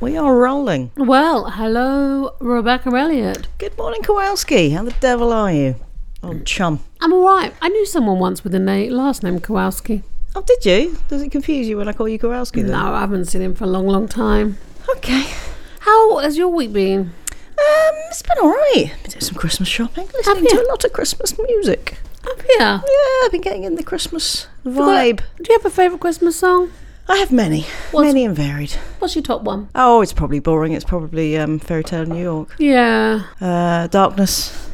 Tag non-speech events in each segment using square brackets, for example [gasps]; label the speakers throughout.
Speaker 1: We are rolling.
Speaker 2: Well, hello, Rebecca Elliott.
Speaker 1: Good morning, Kowalski. How the devil are you? Oh, chum.
Speaker 2: I'm all right. I knew someone once with the name, last name Kowalski.
Speaker 1: Oh, did you? Does it confuse you when I call you Kowalski then?
Speaker 2: No, I haven't seen him for a long, long time.
Speaker 1: Okay.
Speaker 2: How has your week been?
Speaker 1: Um, it's been all right. Been doing some Christmas shopping, listening to
Speaker 2: you?
Speaker 1: a lot of Christmas music.
Speaker 2: Up here.
Speaker 1: Yeah, I've been getting in the Christmas vibe.
Speaker 2: Do you have a favourite Christmas song?
Speaker 1: I have many,
Speaker 2: What's-
Speaker 1: many and varied.
Speaker 2: What's your top one?
Speaker 1: Oh, it's probably boring. It's probably um, Fairy Tale New York,
Speaker 2: Yeah.
Speaker 1: uh, Darkness,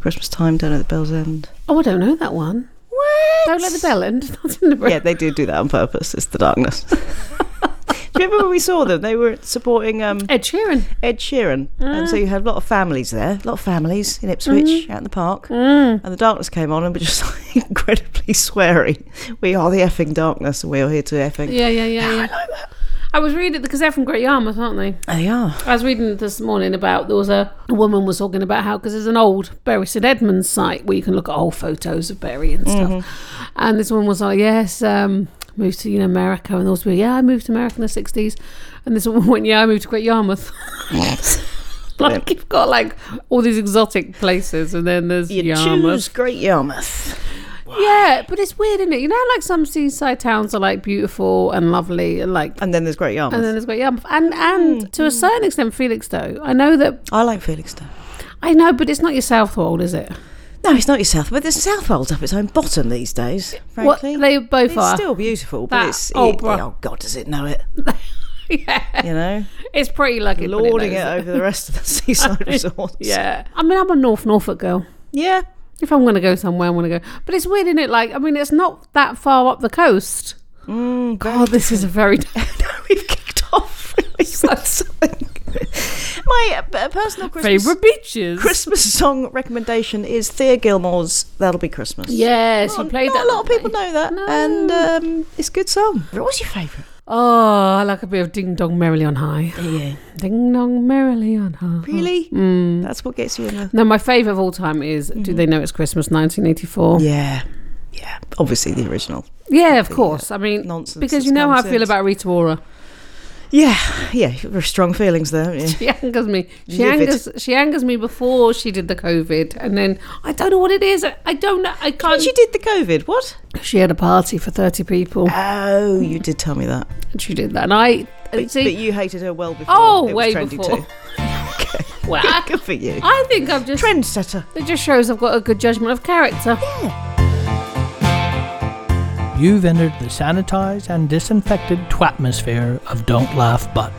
Speaker 1: Christmas Time, Down at the Bell's End.
Speaker 2: Oh, I don't know that one.
Speaker 1: What?
Speaker 2: Don't let the bell end. [laughs] That's in the
Speaker 1: [laughs] Yeah, they do do that on purpose. It's the darkness. [laughs] do you remember when we saw them? They were supporting um,
Speaker 2: Ed Sheeran.
Speaker 1: Ed Sheeran, and so
Speaker 2: Mm.
Speaker 1: you had a lot of families there, a lot of families in Ipswich, out in the park.
Speaker 2: Mm.
Speaker 1: And the darkness came on, and we're just [laughs] like, incredibly sweary. We are the effing darkness, and we are here to effing.
Speaker 2: Yeah, yeah, yeah, yeah. I like that. I was reading because they're from Great Yarmouth, aren't they?
Speaker 1: They
Speaker 2: [laughs]
Speaker 1: are.
Speaker 2: I was reading this morning about there was a, a woman was talking about how because there's an old Bury St Edmunds site where you can look at old photos of Bury and stuff, and this woman was like, "Yes, um, moved to you know America," and there was people, "Yeah, I moved to America in the '60s," and this woman [laughs] went, "Yeah, I moved to Great Yarmouth." [laughs] like you've got like all these exotic places, and then there's
Speaker 1: You
Speaker 2: Yarmouth.
Speaker 1: choose Great Yarmouth.
Speaker 2: Yeah, but it's weird, isn't it? You know, like some seaside towns are like beautiful and lovely, and like.
Speaker 1: And then there's Great Yarmouth.
Speaker 2: And then there's Great Yarmouth, and and to a certain extent Felixstowe. I know that
Speaker 1: I like Felixstowe.
Speaker 2: I know, but it's not your Southwold, is it?
Speaker 1: No, it's not your South, but the South holds up its own bottom these days,
Speaker 2: What
Speaker 1: frankly.
Speaker 2: they both
Speaker 1: it's
Speaker 2: are.
Speaker 1: still beautiful, but
Speaker 2: That
Speaker 1: it's.
Speaker 2: old
Speaker 1: it-
Speaker 2: bro-
Speaker 1: oh, God, does it know it?
Speaker 2: [laughs] yeah,
Speaker 1: You know?
Speaker 2: it's pretty lucky. but it
Speaker 1: lording it
Speaker 2: knows
Speaker 1: over the rest of the [laughs] seaside resorts.
Speaker 2: [laughs] Yeah, I mean, I'm a North Norfolk girl.
Speaker 1: Yeah.
Speaker 2: If I'm going to go somewhere, I'm going to go. But it's weird, isn't it? Like, I mean, it's not that far up the coast.
Speaker 1: Mm,
Speaker 2: Oh, this is
Speaker 1: [laughs]
Speaker 2: a very.
Speaker 1: we've kicked off [laughs] really with something. My uh, uh, personal Christmas,
Speaker 2: Favourite beaches.
Speaker 1: Christmas song recommendation is Thea Gilmore's That'll Be Christmas.
Speaker 2: Yes,
Speaker 1: Not,
Speaker 2: you played
Speaker 1: not a
Speaker 2: that.
Speaker 1: lot of people know that,
Speaker 2: No.
Speaker 1: and um, it's a good song. What's your favourite?
Speaker 2: Oh, I like a bit of Ding Dong Merrily on High.
Speaker 1: Yeah.
Speaker 2: Ding Dong Merrily on High.
Speaker 1: Really?
Speaker 2: Mm.
Speaker 1: That's what gets you in the.
Speaker 2: No, my favourite of all time is Do They Know It's Christmas 1984.
Speaker 1: Mm. Yeah. Yeah. Obviously, the original.
Speaker 2: Yeah, of course. I mean,
Speaker 1: nonsense
Speaker 2: because
Speaker 1: that's
Speaker 2: you know
Speaker 1: come
Speaker 2: how I feel
Speaker 1: since.
Speaker 2: about Rita Ora.
Speaker 1: Yeah. Yeah. Very strong feelings there, haven't you?
Speaker 2: [laughs] She angers me. She
Speaker 1: Livid.
Speaker 2: angers. She angers me before she did the COVID, and then I don't know what it is. I, I don't know. I
Speaker 1: But
Speaker 2: can't.
Speaker 1: you did the COVID. What?
Speaker 2: She had a party for thirty people,
Speaker 1: Oh, you did tell me that.
Speaker 2: and she did that. And I
Speaker 1: But,
Speaker 2: see.
Speaker 1: but you hated her well before.
Speaker 2: oh,
Speaker 1: it
Speaker 2: way
Speaker 1: was trendy
Speaker 2: before.
Speaker 1: Too.
Speaker 2: well, I,
Speaker 1: [laughs] Good for you.
Speaker 2: I think I've just.
Speaker 1: Trendsetter.
Speaker 2: It just shows I've got a good judgment of character.
Speaker 3: You've entered the sanitized and disinfected twatmosphere of Don't Laugh But.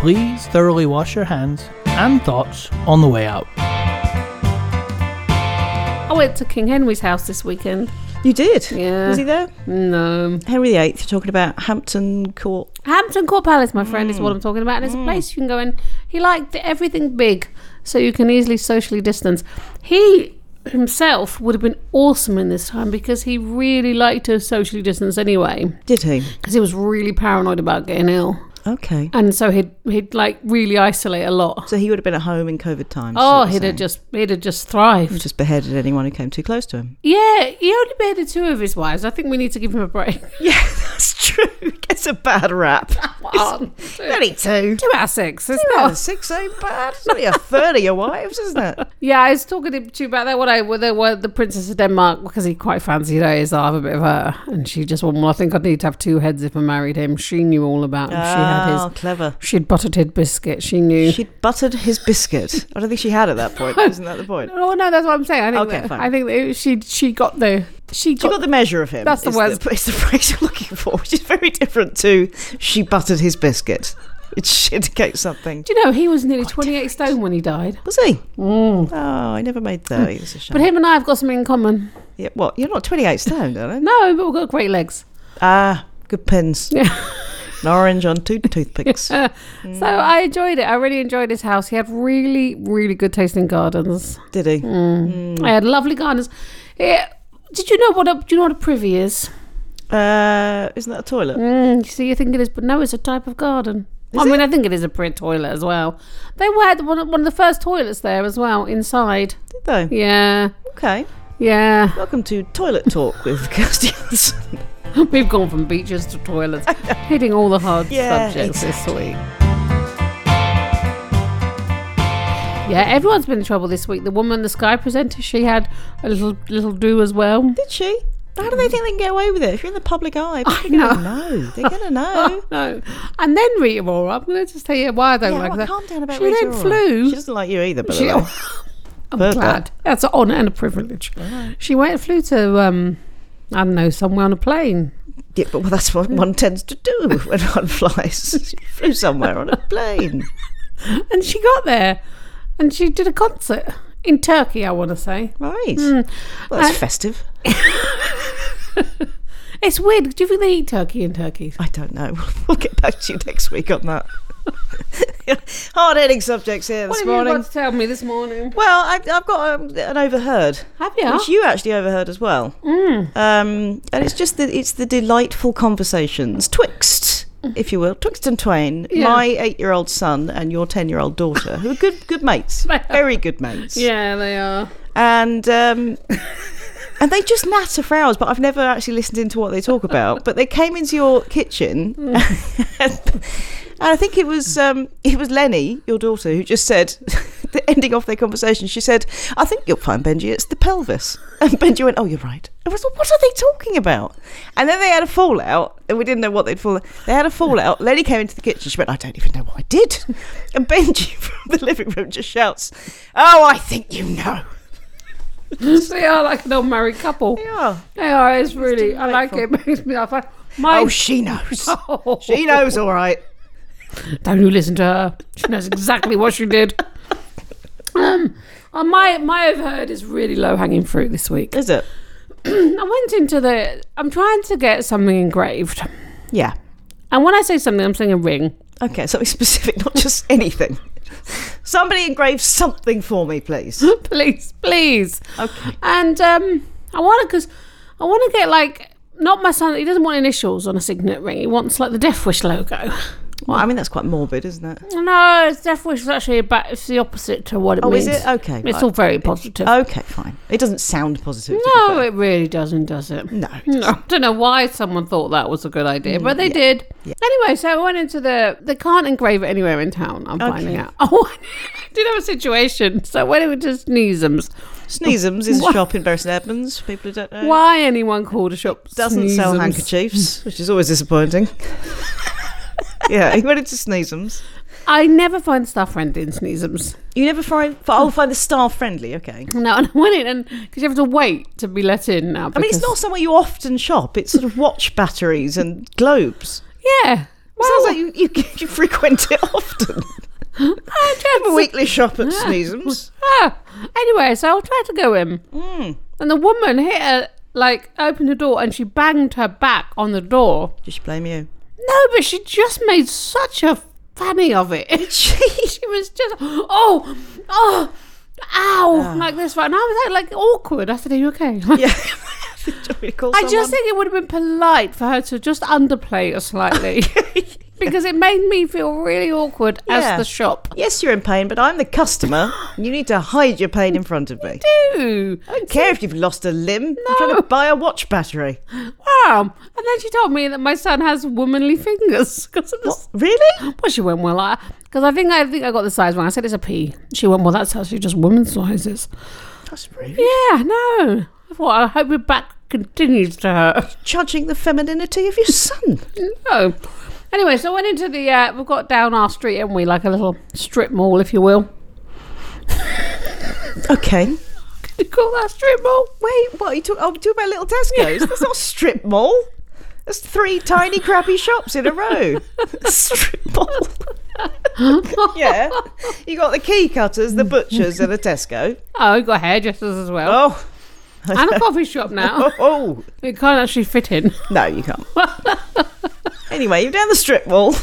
Speaker 3: Please thoroughly wash your hands and thoughts on the way out.
Speaker 2: I went to King Henry's house this weekend.
Speaker 1: You did?
Speaker 2: Yeah.
Speaker 1: Was he there?
Speaker 2: No,
Speaker 1: Henry VIII, you're talking about Hampton Court.
Speaker 2: Hampton Court Palace, my friend, is what
Speaker 1: Hmm.
Speaker 2: I'm talking about. And it's a place you can go in. He liked everything big, so you can easily socially distance. He himself would have been awesome in this time because he really liked to socially distance anyway,
Speaker 1: Did he?
Speaker 2: because he was really paranoid about getting ill.
Speaker 1: Okay.
Speaker 2: And so he'd, he'd like really isolate a lot.
Speaker 1: So he would have been at home in COVID times.
Speaker 2: Oh,
Speaker 1: is what you're
Speaker 2: he'd have
Speaker 1: saying.
Speaker 2: just he'd have just thrived.
Speaker 1: just beheaded anyone who came too close to him. [laughs]
Speaker 2: Yeah, he only beheaded two of his wives. I think we need to give him a break. [laughs]
Speaker 1: Yeah, that's true. [laughs] Gets a bad rap.
Speaker 2: One, two,
Speaker 1: 32.
Speaker 2: two out of six. It's
Speaker 1: Two
Speaker 2: not
Speaker 1: out of six ain't bad. It's only a third of your wives, isn't
Speaker 2: [laughs]
Speaker 1: it?
Speaker 2: Yeah, I was talking to you about that when I when the, when the princess of Denmark because he quite fancied her. Is I have a bit of her, and she just went. Well, I think I'd need to have two heads if I married him. She knew all about him. she had
Speaker 1: Oh,
Speaker 2: his.
Speaker 1: clever.
Speaker 2: She'd buttered his biscuit. She knew.
Speaker 1: She'd buttered his biscuit. I don't think she had at that
Speaker 2: [laughs]
Speaker 1: point. Isn't that the point?
Speaker 2: oh no, that's what I'm saying. I think.
Speaker 1: Okay,
Speaker 2: that,
Speaker 1: fine.
Speaker 2: I think that she she got the she
Speaker 1: She
Speaker 2: got.
Speaker 1: got the measure of him.
Speaker 2: That's the
Speaker 1: is
Speaker 2: word.
Speaker 1: It's the phrase you're looking for, which is very different to she buttered his biscuit, which indicates something.
Speaker 2: do you know he was nearly 28 stone when he died?
Speaker 1: Was he? Oh, I never made 30. It's a shame.
Speaker 2: But him and I have got something in common.
Speaker 1: yeah, what? You're not 28 stone, darling.
Speaker 2: No, but we've got great legs.
Speaker 1: [laughs] Ah, good pins.
Speaker 2: Yeah.
Speaker 1: An orange on two [laughs] toothpicks.
Speaker 2: So I enjoyed it. I really enjoyed his house. He had really, really good tasting gardens.
Speaker 1: Did he?
Speaker 2: I had lovely gardens. Yeah. Did you know what a do you know what a privy is?
Speaker 1: Uh, isn't that a toilet?
Speaker 2: Mm, you see, you think it is, but no, it's a type of garden. I
Speaker 1: Is
Speaker 2: mean, I think it is a print toilet as well. They were had one, of- one of the first toilets there as well inside.
Speaker 1: Did they?
Speaker 2: Yeah,
Speaker 1: Okay.
Speaker 2: yeah. [laughs]
Speaker 1: Welcome to Toilet Talk with [laughs] Kirsty Hudson.
Speaker 2: We've gone from beaches to toilets, hitting all the hard
Speaker 1: Yeah,
Speaker 2: subjects this week. Yeah, everyone's been in trouble this week. The woman, the Sky presenter, she had a little little do as well.
Speaker 1: Did she? How do they think they can get away with it? If you're in the public eye,
Speaker 2: I
Speaker 1: people are
Speaker 2: know.
Speaker 1: gonna know. They're [laughs] going to know.
Speaker 2: [laughs] no, and then Rita Ora. I'm going to just tell you why I don't
Speaker 1: yeah,
Speaker 2: like
Speaker 1: well,
Speaker 2: that.
Speaker 1: calm down about
Speaker 2: she
Speaker 1: Rita
Speaker 2: then
Speaker 1: Ora.
Speaker 2: flew.
Speaker 1: She doesn't like you either, but
Speaker 2: She-
Speaker 1: she,
Speaker 2: [laughs] I'm
Speaker 1: Further.
Speaker 2: glad. That's an honour and a privilege. She went flew to um, I don't know somewhere on a plane.
Speaker 1: [laughs] yeah, but well, that's what one tends to do [laughs] when one flies. She flew somewhere on a plane.
Speaker 2: And she got there and she did a concert in Turkey, I want to say.
Speaker 1: Right. Well, that's
Speaker 2: I-
Speaker 1: festive.
Speaker 2: It's weird. Do you think they eat turkey in Turkey?
Speaker 1: I don't know. [laughs] We'll get back to you next week on that. [laughs] Hard hitting subjects here
Speaker 2: What
Speaker 1: this
Speaker 2: have you
Speaker 1: morning.
Speaker 2: got to tell me this morning?
Speaker 1: Well, I, I've got um, an overheard,
Speaker 2: Have you?
Speaker 1: which you actually overheard as well.
Speaker 2: Mm.
Speaker 1: Um, and it's just that it's the delightful conversations twixt, if you will, twixt and twain,
Speaker 2: Yeah.
Speaker 1: my eight-year-old son and your ten-year-old daughter, who are good, good mates,
Speaker 2: [laughs] They are.
Speaker 1: very good mates.
Speaker 2: yeah, they are. [laughs]
Speaker 1: and um, and they just natter for hours. But I've never actually listened into what they talk about. But they came into your kitchen, and I think it was um, it was Lenny, your daughter, who just said, [laughs] ending off their conversation, she said, "I think you'll find Benji, it's the pelvis." And Benji went, "Oh, you're right." I was like, "What are they talking about?" And then they had a fallout, and we didn't know what they'd fall. They had a fallout. Lenny came into the kitchen. She went, "I don't even know what I did," and Benji [laughs] from the living room just shouts, "Oh, I think you know."
Speaker 2: they are like an old married couple.
Speaker 1: Yeah.
Speaker 2: They are. It's really. I like it. [laughs] Makes me. I find my.
Speaker 1: Oh, she knows.
Speaker 2: [laughs] Oh.
Speaker 1: She knows, all right.
Speaker 2: Don't you listen to her. She knows exactly what she did. Um, uh, my my overheard is really low hanging fruit this week. [clears throat]
Speaker 1: Is it?
Speaker 2: I went into the. I'm trying to get something engraved,
Speaker 1: Yeah.
Speaker 2: and when I say something, I'm saying a ring. [laughs]
Speaker 1: Okay, something [laughs] specific, not just anything. Somebody engrave something for me, please. [laughs]
Speaker 2: please, please.
Speaker 1: Okay.
Speaker 2: And um, I want to, because I want to get like not my son. He doesn't want initials on a signet ring. He wants like the Death Wish logo. [laughs]
Speaker 1: Well, I mean, that's quite morbid, isn't it?
Speaker 2: No, it's Death Wish is actually about it's the opposite to what it
Speaker 1: Oh,
Speaker 2: means.
Speaker 1: is it? Okay.
Speaker 2: It's
Speaker 1: right.
Speaker 2: all very positive.
Speaker 1: Okay, fine. It doesn't sound positive. to be
Speaker 2: no,
Speaker 1: fair.
Speaker 2: it really doesn't, does it?
Speaker 1: No.
Speaker 2: No, I don't know why someone thought that was a good idea, but they did. Anyway, so I went into the. They can't engrave it anywhere in town. I'm
Speaker 1: Okay.
Speaker 2: finding out. [laughs] Oh, I did have a situation. So when it went to Sneezums,
Speaker 1: Sneezums is a
Speaker 2: What?
Speaker 1: shop in Bury St Edmunds, for people who don't know.
Speaker 2: why anyone called a shop
Speaker 1: Doesn't sell [laughs]
Speaker 2: Sneezums?
Speaker 1: handkerchiefs, which is always [laughs] disappointing. yeah, he went into Sneezums.
Speaker 2: I never find staff friendly in Sneezums.
Speaker 1: You never find. I'll find the staff friendly, okay.
Speaker 2: No, [laughs] and I went in and because you have to wait to be let in now.
Speaker 1: I mean, it's not
Speaker 2: because-
Speaker 1: somewhere you often shop. It's sort of watch batteries and globes.
Speaker 2: Yeah.
Speaker 1: It
Speaker 2: Well,
Speaker 1: Sounds like you, [laughs] you, you frequent it [laughs] often.
Speaker 2: I tried to-
Speaker 1: Weekly shop at Sneezums.
Speaker 2: Ah. Anyway, so I tried to go in,
Speaker 1: Hmm.
Speaker 2: and the woman hit her like opened the door, and she banged her back on the door.
Speaker 1: Just blame you.
Speaker 2: No, but she just made such a fanny of it. [laughs] she she was just oh oh. Ow! Like this, right? And I was like, like awkward. I said, "Are you okay?"
Speaker 1: [laughs] Ah.
Speaker 2: [laughs]
Speaker 1: Yeah. [laughs] Do you want me to call
Speaker 2: I
Speaker 1: someone?
Speaker 2: just think it would have been polite for her to just underplay
Speaker 1: [laughs]
Speaker 2: it slightly [laughs] because it made me feel really awkward
Speaker 1: Yeah.
Speaker 2: as the shop.
Speaker 1: Yes, you're in pain, but I'm the [gasps] customer. and you need to hide your pain in front of [laughs] me.
Speaker 2: Ooh,
Speaker 1: I don't care if you've lost a limb. I'm trying to buy a watch battery.
Speaker 2: wow. And then she told me that my son has womanly fingers [laughs] because of this.
Speaker 1: Really?
Speaker 2: Well, she went well. I because I think I think I got the size wrong. I said it's a P. She went well. That's actually just women's sizes.
Speaker 1: That's rude.
Speaker 2: Yeah, no. I thought I hope your back continues to hurt.
Speaker 1: Judging the femininity of your [laughs] son.
Speaker 2: No. Anyway, so I went into the. Uh, we've got down our street, haven't we? Like a little strip mall, if you will. [laughs]
Speaker 1: Okay.
Speaker 2: You call that a strip mall?
Speaker 1: Wait, what are you talking? Oh, talking about little Tesco's? That's not a strip mall. That's three tiny crappy shops in a row. strip mall. [laughs] yeah, you got the key cutters, the butchers, and a Tesco.
Speaker 2: Oh, you've got hairdressers as well.
Speaker 1: Oh,
Speaker 2: And a coffee shop now.
Speaker 1: [laughs] oh, oh.
Speaker 2: It can't actually fit in. [laughs]
Speaker 1: no, you can't. anyway, you're down the strip mall.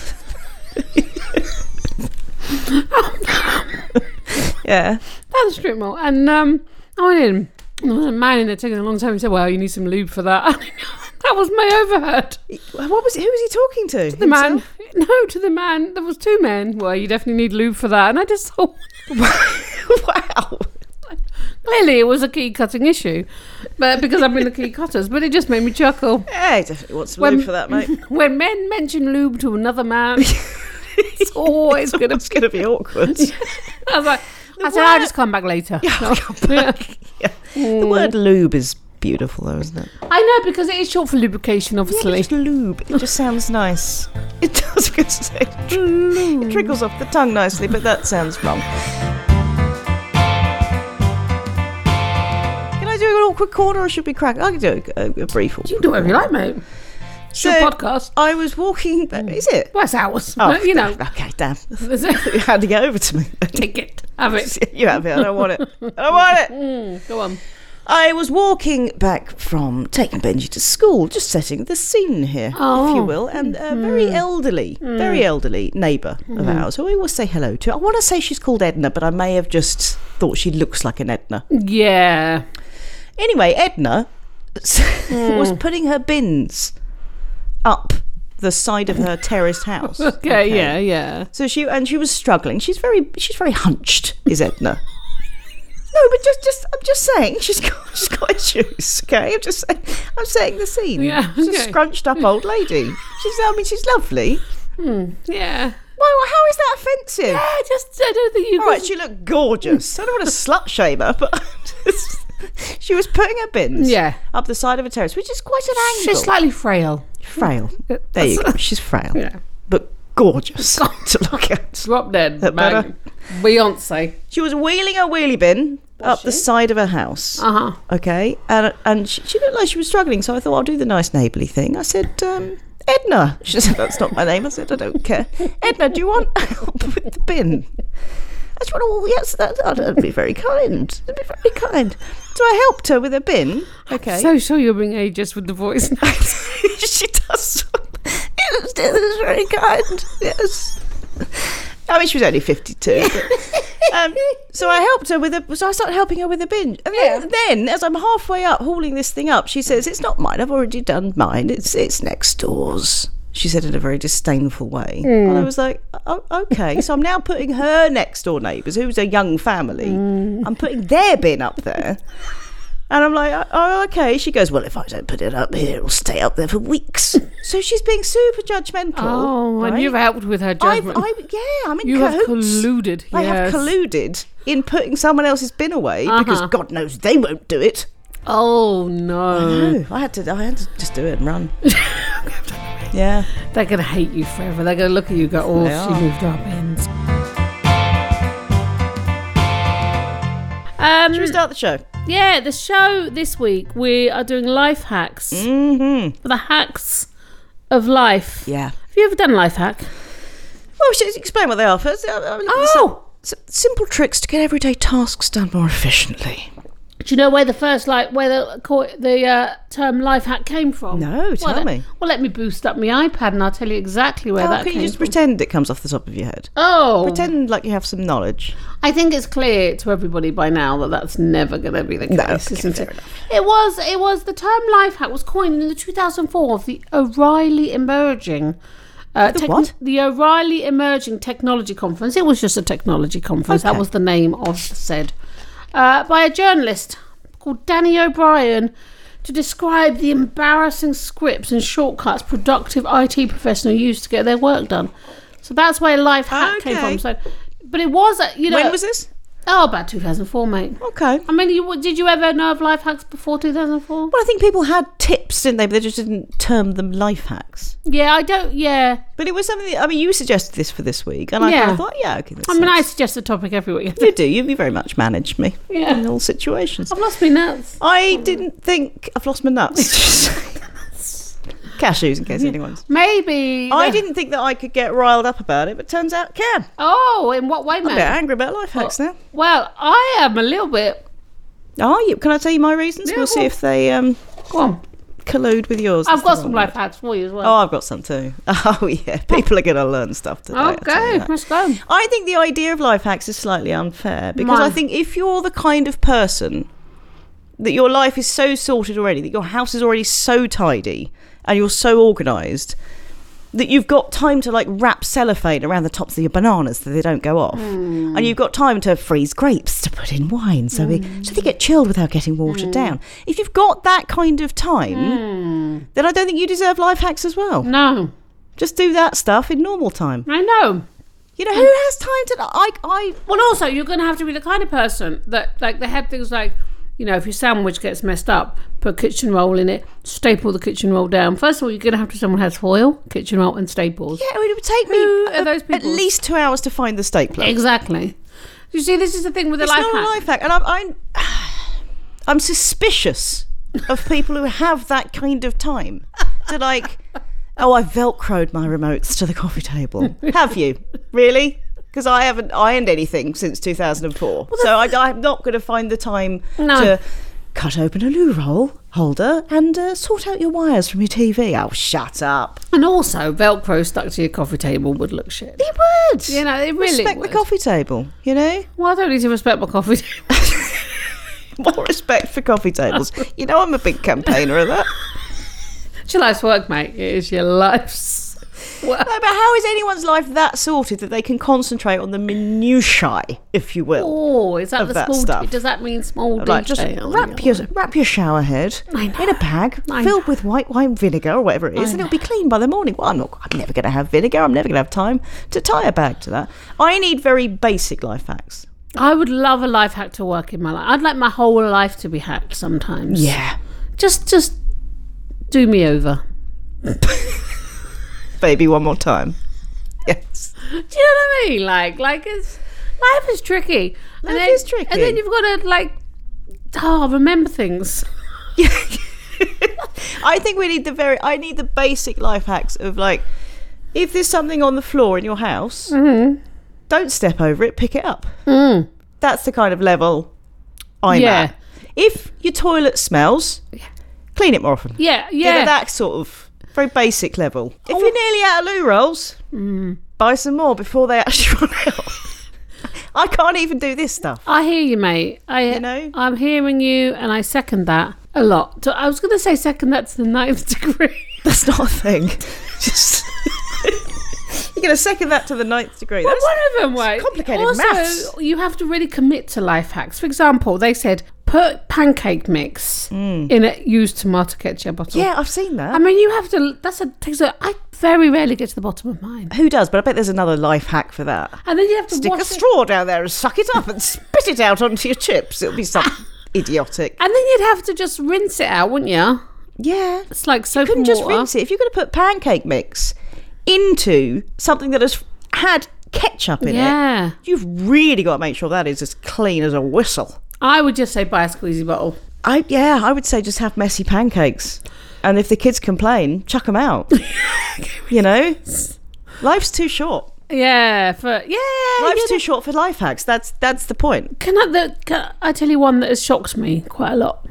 Speaker 1: [laughs] yeah.
Speaker 2: That's a strip mall. And um, I went in. and There was a man in there taking a long time. He said, Well, you need some lube for that. [laughs] that was my overheard.
Speaker 1: What was? Who was he talking to?
Speaker 2: The man. [laughs] No, to the man. There was two men. Well, you definitely need lube for that. And I just [laughs] thought,
Speaker 1: [laughs] wow.
Speaker 2: clearly it was a key cutting issue. But because I've been the
Speaker 1: [laughs]
Speaker 2: key cutters, but it just made me chuckle.
Speaker 1: Yeah, he definitely wants some
Speaker 2: When-
Speaker 1: lube for that, mate.
Speaker 2: When men mention
Speaker 1: [laughs]
Speaker 2: lube to another man, it's always going to
Speaker 1: It's going to be awkward.
Speaker 2: I was like, I said, I'll just come back later.
Speaker 1: [laughs]
Speaker 2: Hmm.
Speaker 1: The word lube is beautiful, though, isn't it?
Speaker 2: I know because it is short for lubrication,
Speaker 1: Yeah,
Speaker 2: obviously.
Speaker 1: just lube. It just sounds nice. [laughs] It does because it, [laughs] tr- it trickles off the tongue nicely, but that sounds wrong. Can I do an awkward corner, or should we crack? I can do a, a brief
Speaker 2: You
Speaker 1: awkward.
Speaker 2: can do whatever you like, mate. It's your
Speaker 1: So-
Speaker 2: podcast.
Speaker 1: I was walking. ba- Is it?
Speaker 2: Well, it's ours.
Speaker 1: Oh,
Speaker 2: you know,
Speaker 1: [laughs] Okay, damn.
Speaker 2: there's a
Speaker 1: You're handing it over to me. [laughs]
Speaker 2: ticket. Have it.
Speaker 1: you have it. I don't want it. I don't want it.
Speaker 2: Mm, go on.
Speaker 1: I was walking back from taking Benji to school, just setting the scene here, if you
Speaker 2: Oh. Mm.
Speaker 1: will, and a very elderly, very elderly neighbour of
Speaker 2: Mm-hmm.
Speaker 1: ours who we always say hello to. I want to say she's called Edna, but I may have just thought she looks like an Edna.
Speaker 2: Yeah.
Speaker 1: Anyway, Edna [laughs] s
Speaker 2: Mm.
Speaker 1: was putting her bins up the side of her terraced house.
Speaker 2: [laughs] Okay, yeah, yeah.
Speaker 1: So she and she was struggling. She's very she's very hunched, is Edna. no, but just just I'm just saying she's got [laughs] she's got issues. Okay, I'm just saying I'm saying the scene.
Speaker 2: Yeah,
Speaker 1: she's a
Speaker 2: okay.
Speaker 1: scrunched up old lady. She's I mean she's lovely.
Speaker 2: Yeah.
Speaker 1: Why? How is that offensive?
Speaker 2: I just, I don't think you
Speaker 1: All right, she looked gorgeous. I don't want to slut shame her, but I'm just, she was putting her bins
Speaker 2: Yeah.
Speaker 1: up the side of a terrace, which is quite an angle.
Speaker 2: She's slightly frail.
Speaker 1: frail. There you go. She's frail,
Speaker 2: Yeah.
Speaker 1: but
Speaker 2: [laughs]
Speaker 1: gorgeous to look at.
Speaker 2: Drop dead.
Speaker 1: That
Speaker 2: man.
Speaker 1: better?
Speaker 2: Beyonce.
Speaker 1: She was wheeling her wheelie bin up the side of her house.
Speaker 2: Uh huh.
Speaker 1: Okay, and and she, she looked like she was struggling, so I thought I'll do the nice neighbourly thing. I said, um, Edna. [laughs] She said, That's not my name. I said, I don't care. Edna, do you want help with the bin? I said, Well, yes, that, that'd be very kind. That'd be very kind. So I helped her with her bin. Okay,
Speaker 2: So sure you're being ageist with the voice.
Speaker 1: she does. yes, that is very kind. Yes. I mean, she was only 52. but, um, so I helped her with a. So I started helping her with a bin. And then, then, as I'm halfway up hauling this thing up, she says, It's not mine. I've already done mine. It's, it's next door's. She said in a very disdainful way. And I was like, oh, okay. So I'm now putting her next door neighbours, who's a young family, I'm putting their bin up there. And I'm like, oh, okay. She goes, well, if I don't put it up here, it'll stay up there for weeks. so she's being super judgmental.
Speaker 2: oh, and you've
Speaker 1: right?
Speaker 2: helped with her
Speaker 1: I've,
Speaker 2: judgment.
Speaker 1: I, yeah, I'm in
Speaker 2: you have
Speaker 1: cahoots.
Speaker 2: colluded.
Speaker 1: I have
Speaker 2: yes.
Speaker 1: colluded in putting someone else's bin away because
Speaker 2: Uh-huh.
Speaker 1: God knows they won't do it.
Speaker 2: Oh no.
Speaker 1: No, I had to. I had to just do it and
Speaker 2: [laughs]
Speaker 1: run. yeah.
Speaker 2: They're gonna hate you forever. They're gonna look at you and go, Oh,
Speaker 1: They
Speaker 2: she
Speaker 1: are.
Speaker 2: moved our bins. Um,
Speaker 1: Should we start the show?
Speaker 2: yeah, the show this week we are doing life hacks.
Speaker 1: Mm-hmm.
Speaker 2: The hacks of life.
Speaker 1: Yeah.
Speaker 2: Have you ever done a life hack?
Speaker 1: Well, we should explain what they are first. I- I'm looking at some-
Speaker 2: Oh,
Speaker 1: some simple tricks to get everyday tasks done more efficiently.
Speaker 2: do you know where the first like where the co- the uh, term life hack came from?
Speaker 1: No, tell
Speaker 2: well, let-
Speaker 1: me.
Speaker 2: well, let me boost up my iPad and I'll tell you exactly where
Speaker 1: Oh,
Speaker 2: that
Speaker 1: can
Speaker 2: came
Speaker 1: you just
Speaker 2: from.
Speaker 1: pretend it comes off the top of your head?
Speaker 2: oh,
Speaker 1: Pretend like you have some knowledge.
Speaker 2: I think it's clear to everybody by now that that's never going to be the case,
Speaker 1: No, okay,
Speaker 2: isn't
Speaker 1: fair
Speaker 2: it? It was. It was the term life hack was coined in the 2004 of the O'Reilly Emerging. Uh, techn-
Speaker 1: what?
Speaker 2: The O'Reilly Emerging Technology Conference. It was just a technology conference.
Speaker 1: Okay.
Speaker 2: That was the name of said uh, by a journalist called Danny O'Brien to describe the embarrassing scripts and shortcuts productive IT professionals use to get their work done. So that's where life hack came
Speaker 1: Okay.
Speaker 2: from. So, but it was, uh, you know,
Speaker 1: When was this?
Speaker 2: Oh, about 2004, mate.
Speaker 1: Okay.
Speaker 2: I mean, you, did you ever know of life hacks before 2004?
Speaker 1: Well, I think people had tips, didn't they? But they just didn't term them life hacks.
Speaker 2: Yeah, I don't. Yeah,
Speaker 1: But it was something. That, I mean, you suggested this for this week, and I
Speaker 2: Yeah.
Speaker 1: kind of thought, yeah, okay. This
Speaker 2: I mean, I suggest the topic every week.
Speaker 1: you do. You very much managed me in
Speaker 2: yeah,
Speaker 1: all situations.
Speaker 2: I've lost my nuts.
Speaker 1: I didn't think I've lost my
Speaker 2: [laughs]
Speaker 1: nuts. Cashews, in case anyone's.
Speaker 2: Maybe
Speaker 1: I didn't think that I could get riled up about it, but turns out I can.
Speaker 2: Oh, in what way,
Speaker 1: I'm a bit
Speaker 2: mate?
Speaker 1: angry about life hacks now.
Speaker 2: Well, I am a little bit.
Speaker 1: Are you? Can I tell you my reasons?
Speaker 2: Yeah,
Speaker 1: we'll see
Speaker 2: well-
Speaker 1: if they um,
Speaker 2: Go on.
Speaker 1: collude with yours.
Speaker 2: I've
Speaker 1: That's
Speaker 2: got
Speaker 1: the
Speaker 2: some
Speaker 1: one.
Speaker 2: life hacks for you as
Speaker 1: Oh,
Speaker 2: well.
Speaker 1: I've got some too. [laughs] Oh yeah, people are going to learn stuff today. I'll Oh, tell you
Speaker 2: okay,
Speaker 1: that.
Speaker 2: let's go.
Speaker 1: I think the idea of life hacks is slightly unfair because
Speaker 2: Why?
Speaker 1: I think if you're the kind of person that your life is so sorted already, that your house is already so tidy and you're so organised, that you've got time to like wrap cellophane around the tops of your bananas so they don't go off,
Speaker 2: Hmm.
Speaker 1: and you've got time to freeze grapes to put in wine so
Speaker 2: Hmm.
Speaker 1: we, so they get chilled without getting watered down. If you've got that kind of time,
Speaker 2: Hmm.
Speaker 1: then I don't think you deserve life hacks as well.
Speaker 2: No,
Speaker 1: Just do that stuff in normal time.
Speaker 2: I know.
Speaker 1: You know, who has time to. I, I
Speaker 2: Well, also, you're going to have to be the kind of person that, like, they had things like, you know, if your sandwich gets messed up, put a kitchen roll in it, staple the kitchen roll down. First of all, you're going to have to someone who has foil, kitchen roll, and staples.
Speaker 1: Yeah, it would take me
Speaker 2: Who are
Speaker 1: a-
Speaker 2: those
Speaker 1: at
Speaker 2: people?
Speaker 1: least two hours to find the stapler.
Speaker 2: Exactly. You see, this is the thing with the
Speaker 1: It's
Speaker 2: life
Speaker 1: not
Speaker 2: hack.
Speaker 1: a life hack, and I'm, I'm [sighs] I'm suspicious of people who have that kind of time to like. Oh, I velcroed my remotes to the coffee table. Have you really? Because I haven't ironed anything since 2004, so I, I'm not going to find the time
Speaker 2: No.
Speaker 1: to cut open a loo roll holder and uh, sort out your wires from your TV. Oh, shut up!
Speaker 2: and also, Velcro stuck to your coffee table would look shit.
Speaker 1: It would.
Speaker 2: You know, it really
Speaker 1: respect
Speaker 2: would.
Speaker 1: the coffee table. You know.
Speaker 2: Well, I don't need to respect my coffee [laughs] table.
Speaker 1: more respect for coffee
Speaker 2: [laughs]
Speaker 1: tables. You know, I'm a big campaigner of that.
Speaker 2: it's your life's work, mate. It is your life's [laughs] work.
Speaker 1: No, but how is anyone's life that sorted that they can concentrate on the minutiae, if you will?
Speaker 2: Oh, is that
Speaker 1: Of
Speaker 2: the
Speaker 1: that
Speaker 2: small?
Speaker 1: stuff.
Speaker 2: Does that mean small
Speaker 1: Like just
Speaker 2: detail?
Speaker 1: wrap your wrap your shower head
Speaker 2: I know.
Speaker 1: in a bag
Speaker 2: I
Speaker 1: filled with white wine vinegar or whatever it is,
Speaker 2: I
Speaker 1: and it'll be clean by the morning. Well, I'm not. I'm never going to have vinegar. I'm never going to have time to tie a bag to that. I need very basic life hacks.
Speaker 2: I would love a life hack to work in my life. I'd like my whole life to be hacked sometimes.
Speaker 1: Yeah,
Speaker 2: Just just do me over.
Speaker 1: baby, one more time. Yes.
Speaker 2: Do you know what I mean? Like like it's life is tricky.
Speaker 1: Life
Speaker 2: then,
Speaker 1: is tricky.
Speaker 2: And then you've got to like oh remember things.
Speaker 1: [laughs] I think we need the very. I need the basic life hacks of like, if there's something on the floor in your house,
Speaker 2: Mm-hmm.
Speaker 1: don't step over it. Pick it up.
Speaker 2: Mm.
Speaker 1: That's the kind of level I'm
Speaker 2: Yeah.
Speaker 1: at. If your toilet smells, clean it more often.
Speaker 2: Yeah,
Speaker 1: You know,
Speaker 2: yeah. Oh.
Speaker 1: that sort of very basic level. If you're nearly out of loo rolls,
Speaker 2: Mm.
Speaker 1: buy some more before they actually [laughs] run out. I can't even do this stuff.
Speaker 2: I hear you, mate. I
Speaker 1: You know?
Speaker 2: I'm hearing you, and I second that a lot. So I was going to say second that to the ninth [laughs] degree.
Speaker 1: That's not a thing. Just. [laughs] You're going to second that to the ninth degree. That's
Speaker 2: One of them was
Speaker 1: complicated
Speaker 2: Also,
Speaker 1: maths.
Speaker 2: you have to really commit to life hacks. For example, they said put pancake mix in a used tomato ketchup bottle.
Speaker 1: Mm. Yeah, I've seen that.
Speaker 2: I mean, you have to. That's a takes a. I very rarely get to the bottom of mine,
Speaker 1: Who does? But I bet there's another life hack for that.
Speaker 2: and then you have to
Speaker 1: Stick
Speaker 2: wash
Speaker 1: a straw down there and suck it up and spit it out onto your chips. It'll be [laughs] something idiotic.
Speaker 2: it, and then you'd have to just rinse it out, wouldn't you?
Speaker 1: Yeah.
Speaker 2: It's like soap
Speaker 1: Couldn't
Speaker 2: and
Speaker 1: just
Speaker 2: water.
Speaker 1: rinse it. If you're going to put pancake mix into something that has had ketchup in it,
Speaker 2: Yeah,
Speaker 1: you've really got to make sure that is as clean as a whistle.
Speaker 2: I would just say buy a squeezy bottle.
Speaker 1: I yeah, I would say just have messy pancakes, and if the kids complain, chuck them [laughs] out. you [laughs] know, life's too short.
Speaker 2: Yeah, for yeah.
Speaker 1: Life's
Speaker 2: you
Speaker 1: too short for life hacks. That's that's the point.
Speaker 2: Can I, the, can I tell you one that has shocked me quite a lot?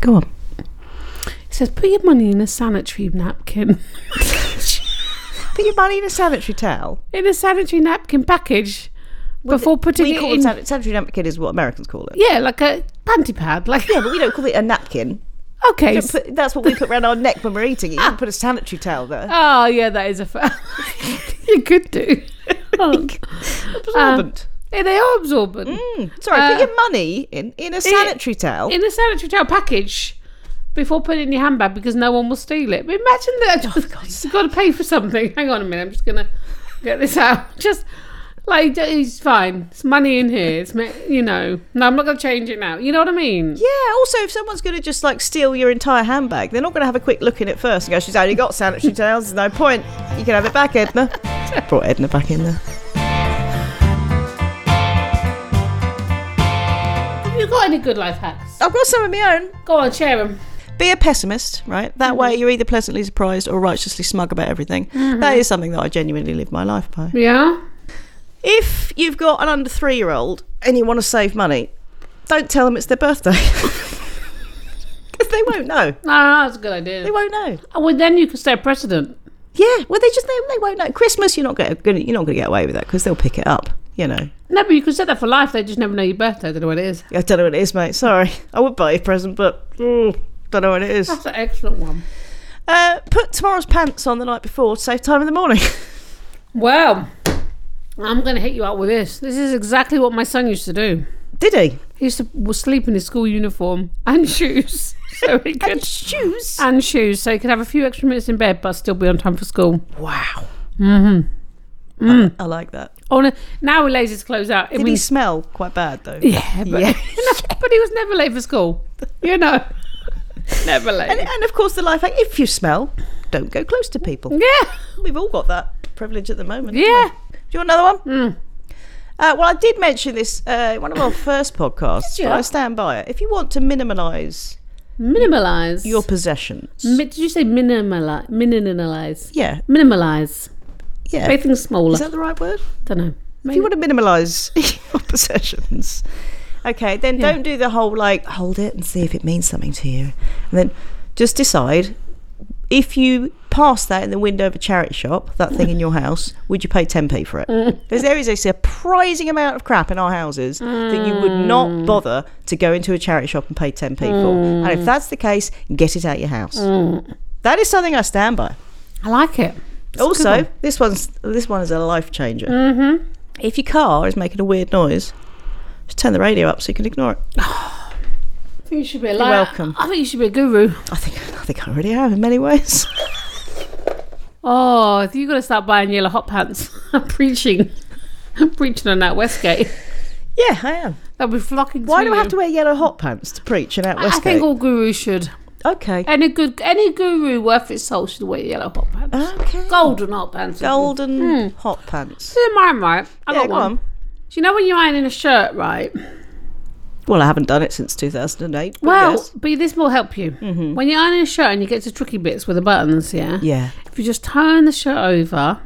Speaker 1: Go on.
Speaker 2: It says, put your money in a sanitary napkin. [laughs]
Speaker 1: Put your money in a sanitary towel.
Speaker 2: in a sanitary napkin package before putting
Speaker 1: We
Speaker 2: it
Speaker 1: call
Speaker 2: in.
Speaker 1: it san- sanitary napkin is what Americans call it.
Speaker 2: yeah, like a panty pad. Like,
Speaker 1: Yeah, but we don't call it a [laughs] napkin.
Speaker 2: [laughs] okay.
Speaker 1: Don't put- that's what we put around our neck when we're eating it. You can put a sanitary towel [laughs] there.
Speaker 2: oh, yeah, that is a fact. [laughs] you
Speaker 1: [laughs]
Speaker 2: could do. Oh.
Speaker 1: Absorbent.
Speaker 2: yeah, they are absorbent.
Speaker 1: Sorry,
Speaker 2: uh,
Speaker 1: put your money in in a sanitary towel.
Speaker 2: In a sanitary towel package before putting it in your handbag because no one will steal it. But imagine that.
Speaker 1: Oh,
Speaker 2: [laughs] you've got to pay for something. Hang on a minute. I'm just going to get this out. [laughs] Just. Like it's fine. It's money in here. It's me- you know. No, I'm not gonna change it now. You know what I mean?
Speaker 1: yeah, also, if someone's going to just like steal your entire handbag, they're not going to have a quick look in it first and go, she's only got sanitary towels, there's no point. You can have it back, Edna. [laughs] Brought Edna back in there.
Speaker 2: Have you got any good life hacks?
Speaker 1: I've got some of my own.
Speaker 2: Go on, share them.
Speaker 1: be a pessimist, right? That way you're either pleasantly surprised or righteously smug about everything. That is something that I genuinely live my life by.
Speaker 2: Yeah.
Speaker 1: If you've got an under three year old and you want to save money, don't tell them it's their birthday. [laughs] Because they won't know.
Speaker 2: No, no, that's a good
Speaker 1: They
Speaker 2: idea.
Speaker 1: won't know.
Speaker 2: Oh, well, then you could set a precedent.
Speaker 1: Yeah, well, they just they, they won't know. Christmas, you're not going to you're not going to get away with that because they'll pick it up. You know,
Speaker 2: No, but you could set that for life. They just never know your birthday. They don't know what it is.
Speaker 1: I don't know what it is, mate. Sorry, I would buy you a present, but mm, don't know what it is.
Speaker 2: That's an excellent one.
Speaker 1: Uh, put tomorrow's pants on the night before to save time in the morning. [laughs]
Speaker 2: Well, I'm going to hit you up with this. This is exactly what my son used to do.
Speaker 1: Did he?
Speaker 2: He used to w- sleep in his school uniform and [laughs] shoes. So he could.
Speaker 1: And shoes.
Speaker 2: and shoes, so he could have a few extra minutes in bed, but still be on time for school. Mm.
Speaker 1: Wow. I, I like that.
Speaker 2: On a, Oh, now we're lazy to close out. It
Speaker 1: Did he
Speaker 2: means,
Speaker 1: smell quite bad though?
Speaker 2: yeah, but, [laughs]
Speaker 1: Yeah.
Speaker 2: but he was never late for school. You know, [laughs] uh, never late.
Speaker 1: And, and of course, the life hack: if you smell, don't go close to people.
Speaker 2: yeah,
Speaker 1: We've all got that privilege at the moment. haven't
Speaker 2: Mm. yeah.
Speaker 1: we? Do you want another one?
Speaker 2: Hmm.
Speaker 1: Uh, well, I did mention this uh, in one of
Speaker 2: [coughs]
Speaker 1: our first podcasts,
Speaker 2: Did
Speaker 1: but
Speaker 2: you?
Speaker 1: I stand by it. If you want to minimalise
Speaker 2: Minimalize.
Speaker 1: your possessions,
Speaker 2: Mi- did you say minimalize? Minimalize.
Speaker 1: yeah,
Speaker 2: Minimalize.
Speaker 1: yeah,
Speaker 2: Make things smaller.
Speaker 1: is that the right word?
Speaker 2: don't know.
Speaker 1: If you want to minimalise [laughs] your possessions, okay, then don't do the whole like hold it and see if it means something to you, and then just decide if you pass that in the window of a charity shop, that thing in your house, would you pay 10p for it? Because there is a surprising amount of crap in our houses that you would not bother to go into a charity shop and pay 10p for. And if that's the case, get it out your house. That is something I stand by.
Speaker 2: I like it. It's a good
Speaker 1: Also,
Speaker 2: one.
Speaker 1: this one's this one is a life changer. Mm-hmm. If your car is making a weird noise, just turn the radio up so you can ignore it.
Speaker 2: I think you should be a
Speaker 1: You're
Speaker 2: liar.
Speaker 1: welcome.
Speaker 2: I think you should be a guru.
Speaker 1: I think I think I already have in many ways. [laughs]
Speaker 2: Oh, you got to start buying yellow hot pants. [laughs] I'm preaching. I'm preaching on that Westgate.
Speaker 1: yeah, I am.
Speaker 2: They'll be flocking.
Speaker 1: Why
Speaker 2: to
Speaker 1: do I
Speaker 2: you.
Speaker 1: have to wear yellow hot pants to preach in out
Speaker 2: I- I
Speaker 1: Westgate?
Speaker 2: think all gurus should.
Speaker 1: okay.
Speaker 2: Any good, any guru worth its salt should wear yellow hot pants.
Speaker 1: Okay.
Speaker 2: Golden hot pants.
Speaker 1: Golden hot pants.
Speaker 2: This is mine, right? I
Speaker 1: Yeah,
Speaker 2: got
Speaker 1: go
Speaker 2: one.
Speaker 1: on.
Speaker 2: Do you know when you're ironing a shirt, right?
Speaker 1: Well, I haven't done it since 2008. but
Speaker 2: Well,
Speaker 1: yes.
Speaker 2: but this will help you. When you're ironing a shirt and you get to tricky bits with the buttons, yeah?
Speaker 1: Mm-hmm. yeah.
Speaker 2: If you just turn the shirt over,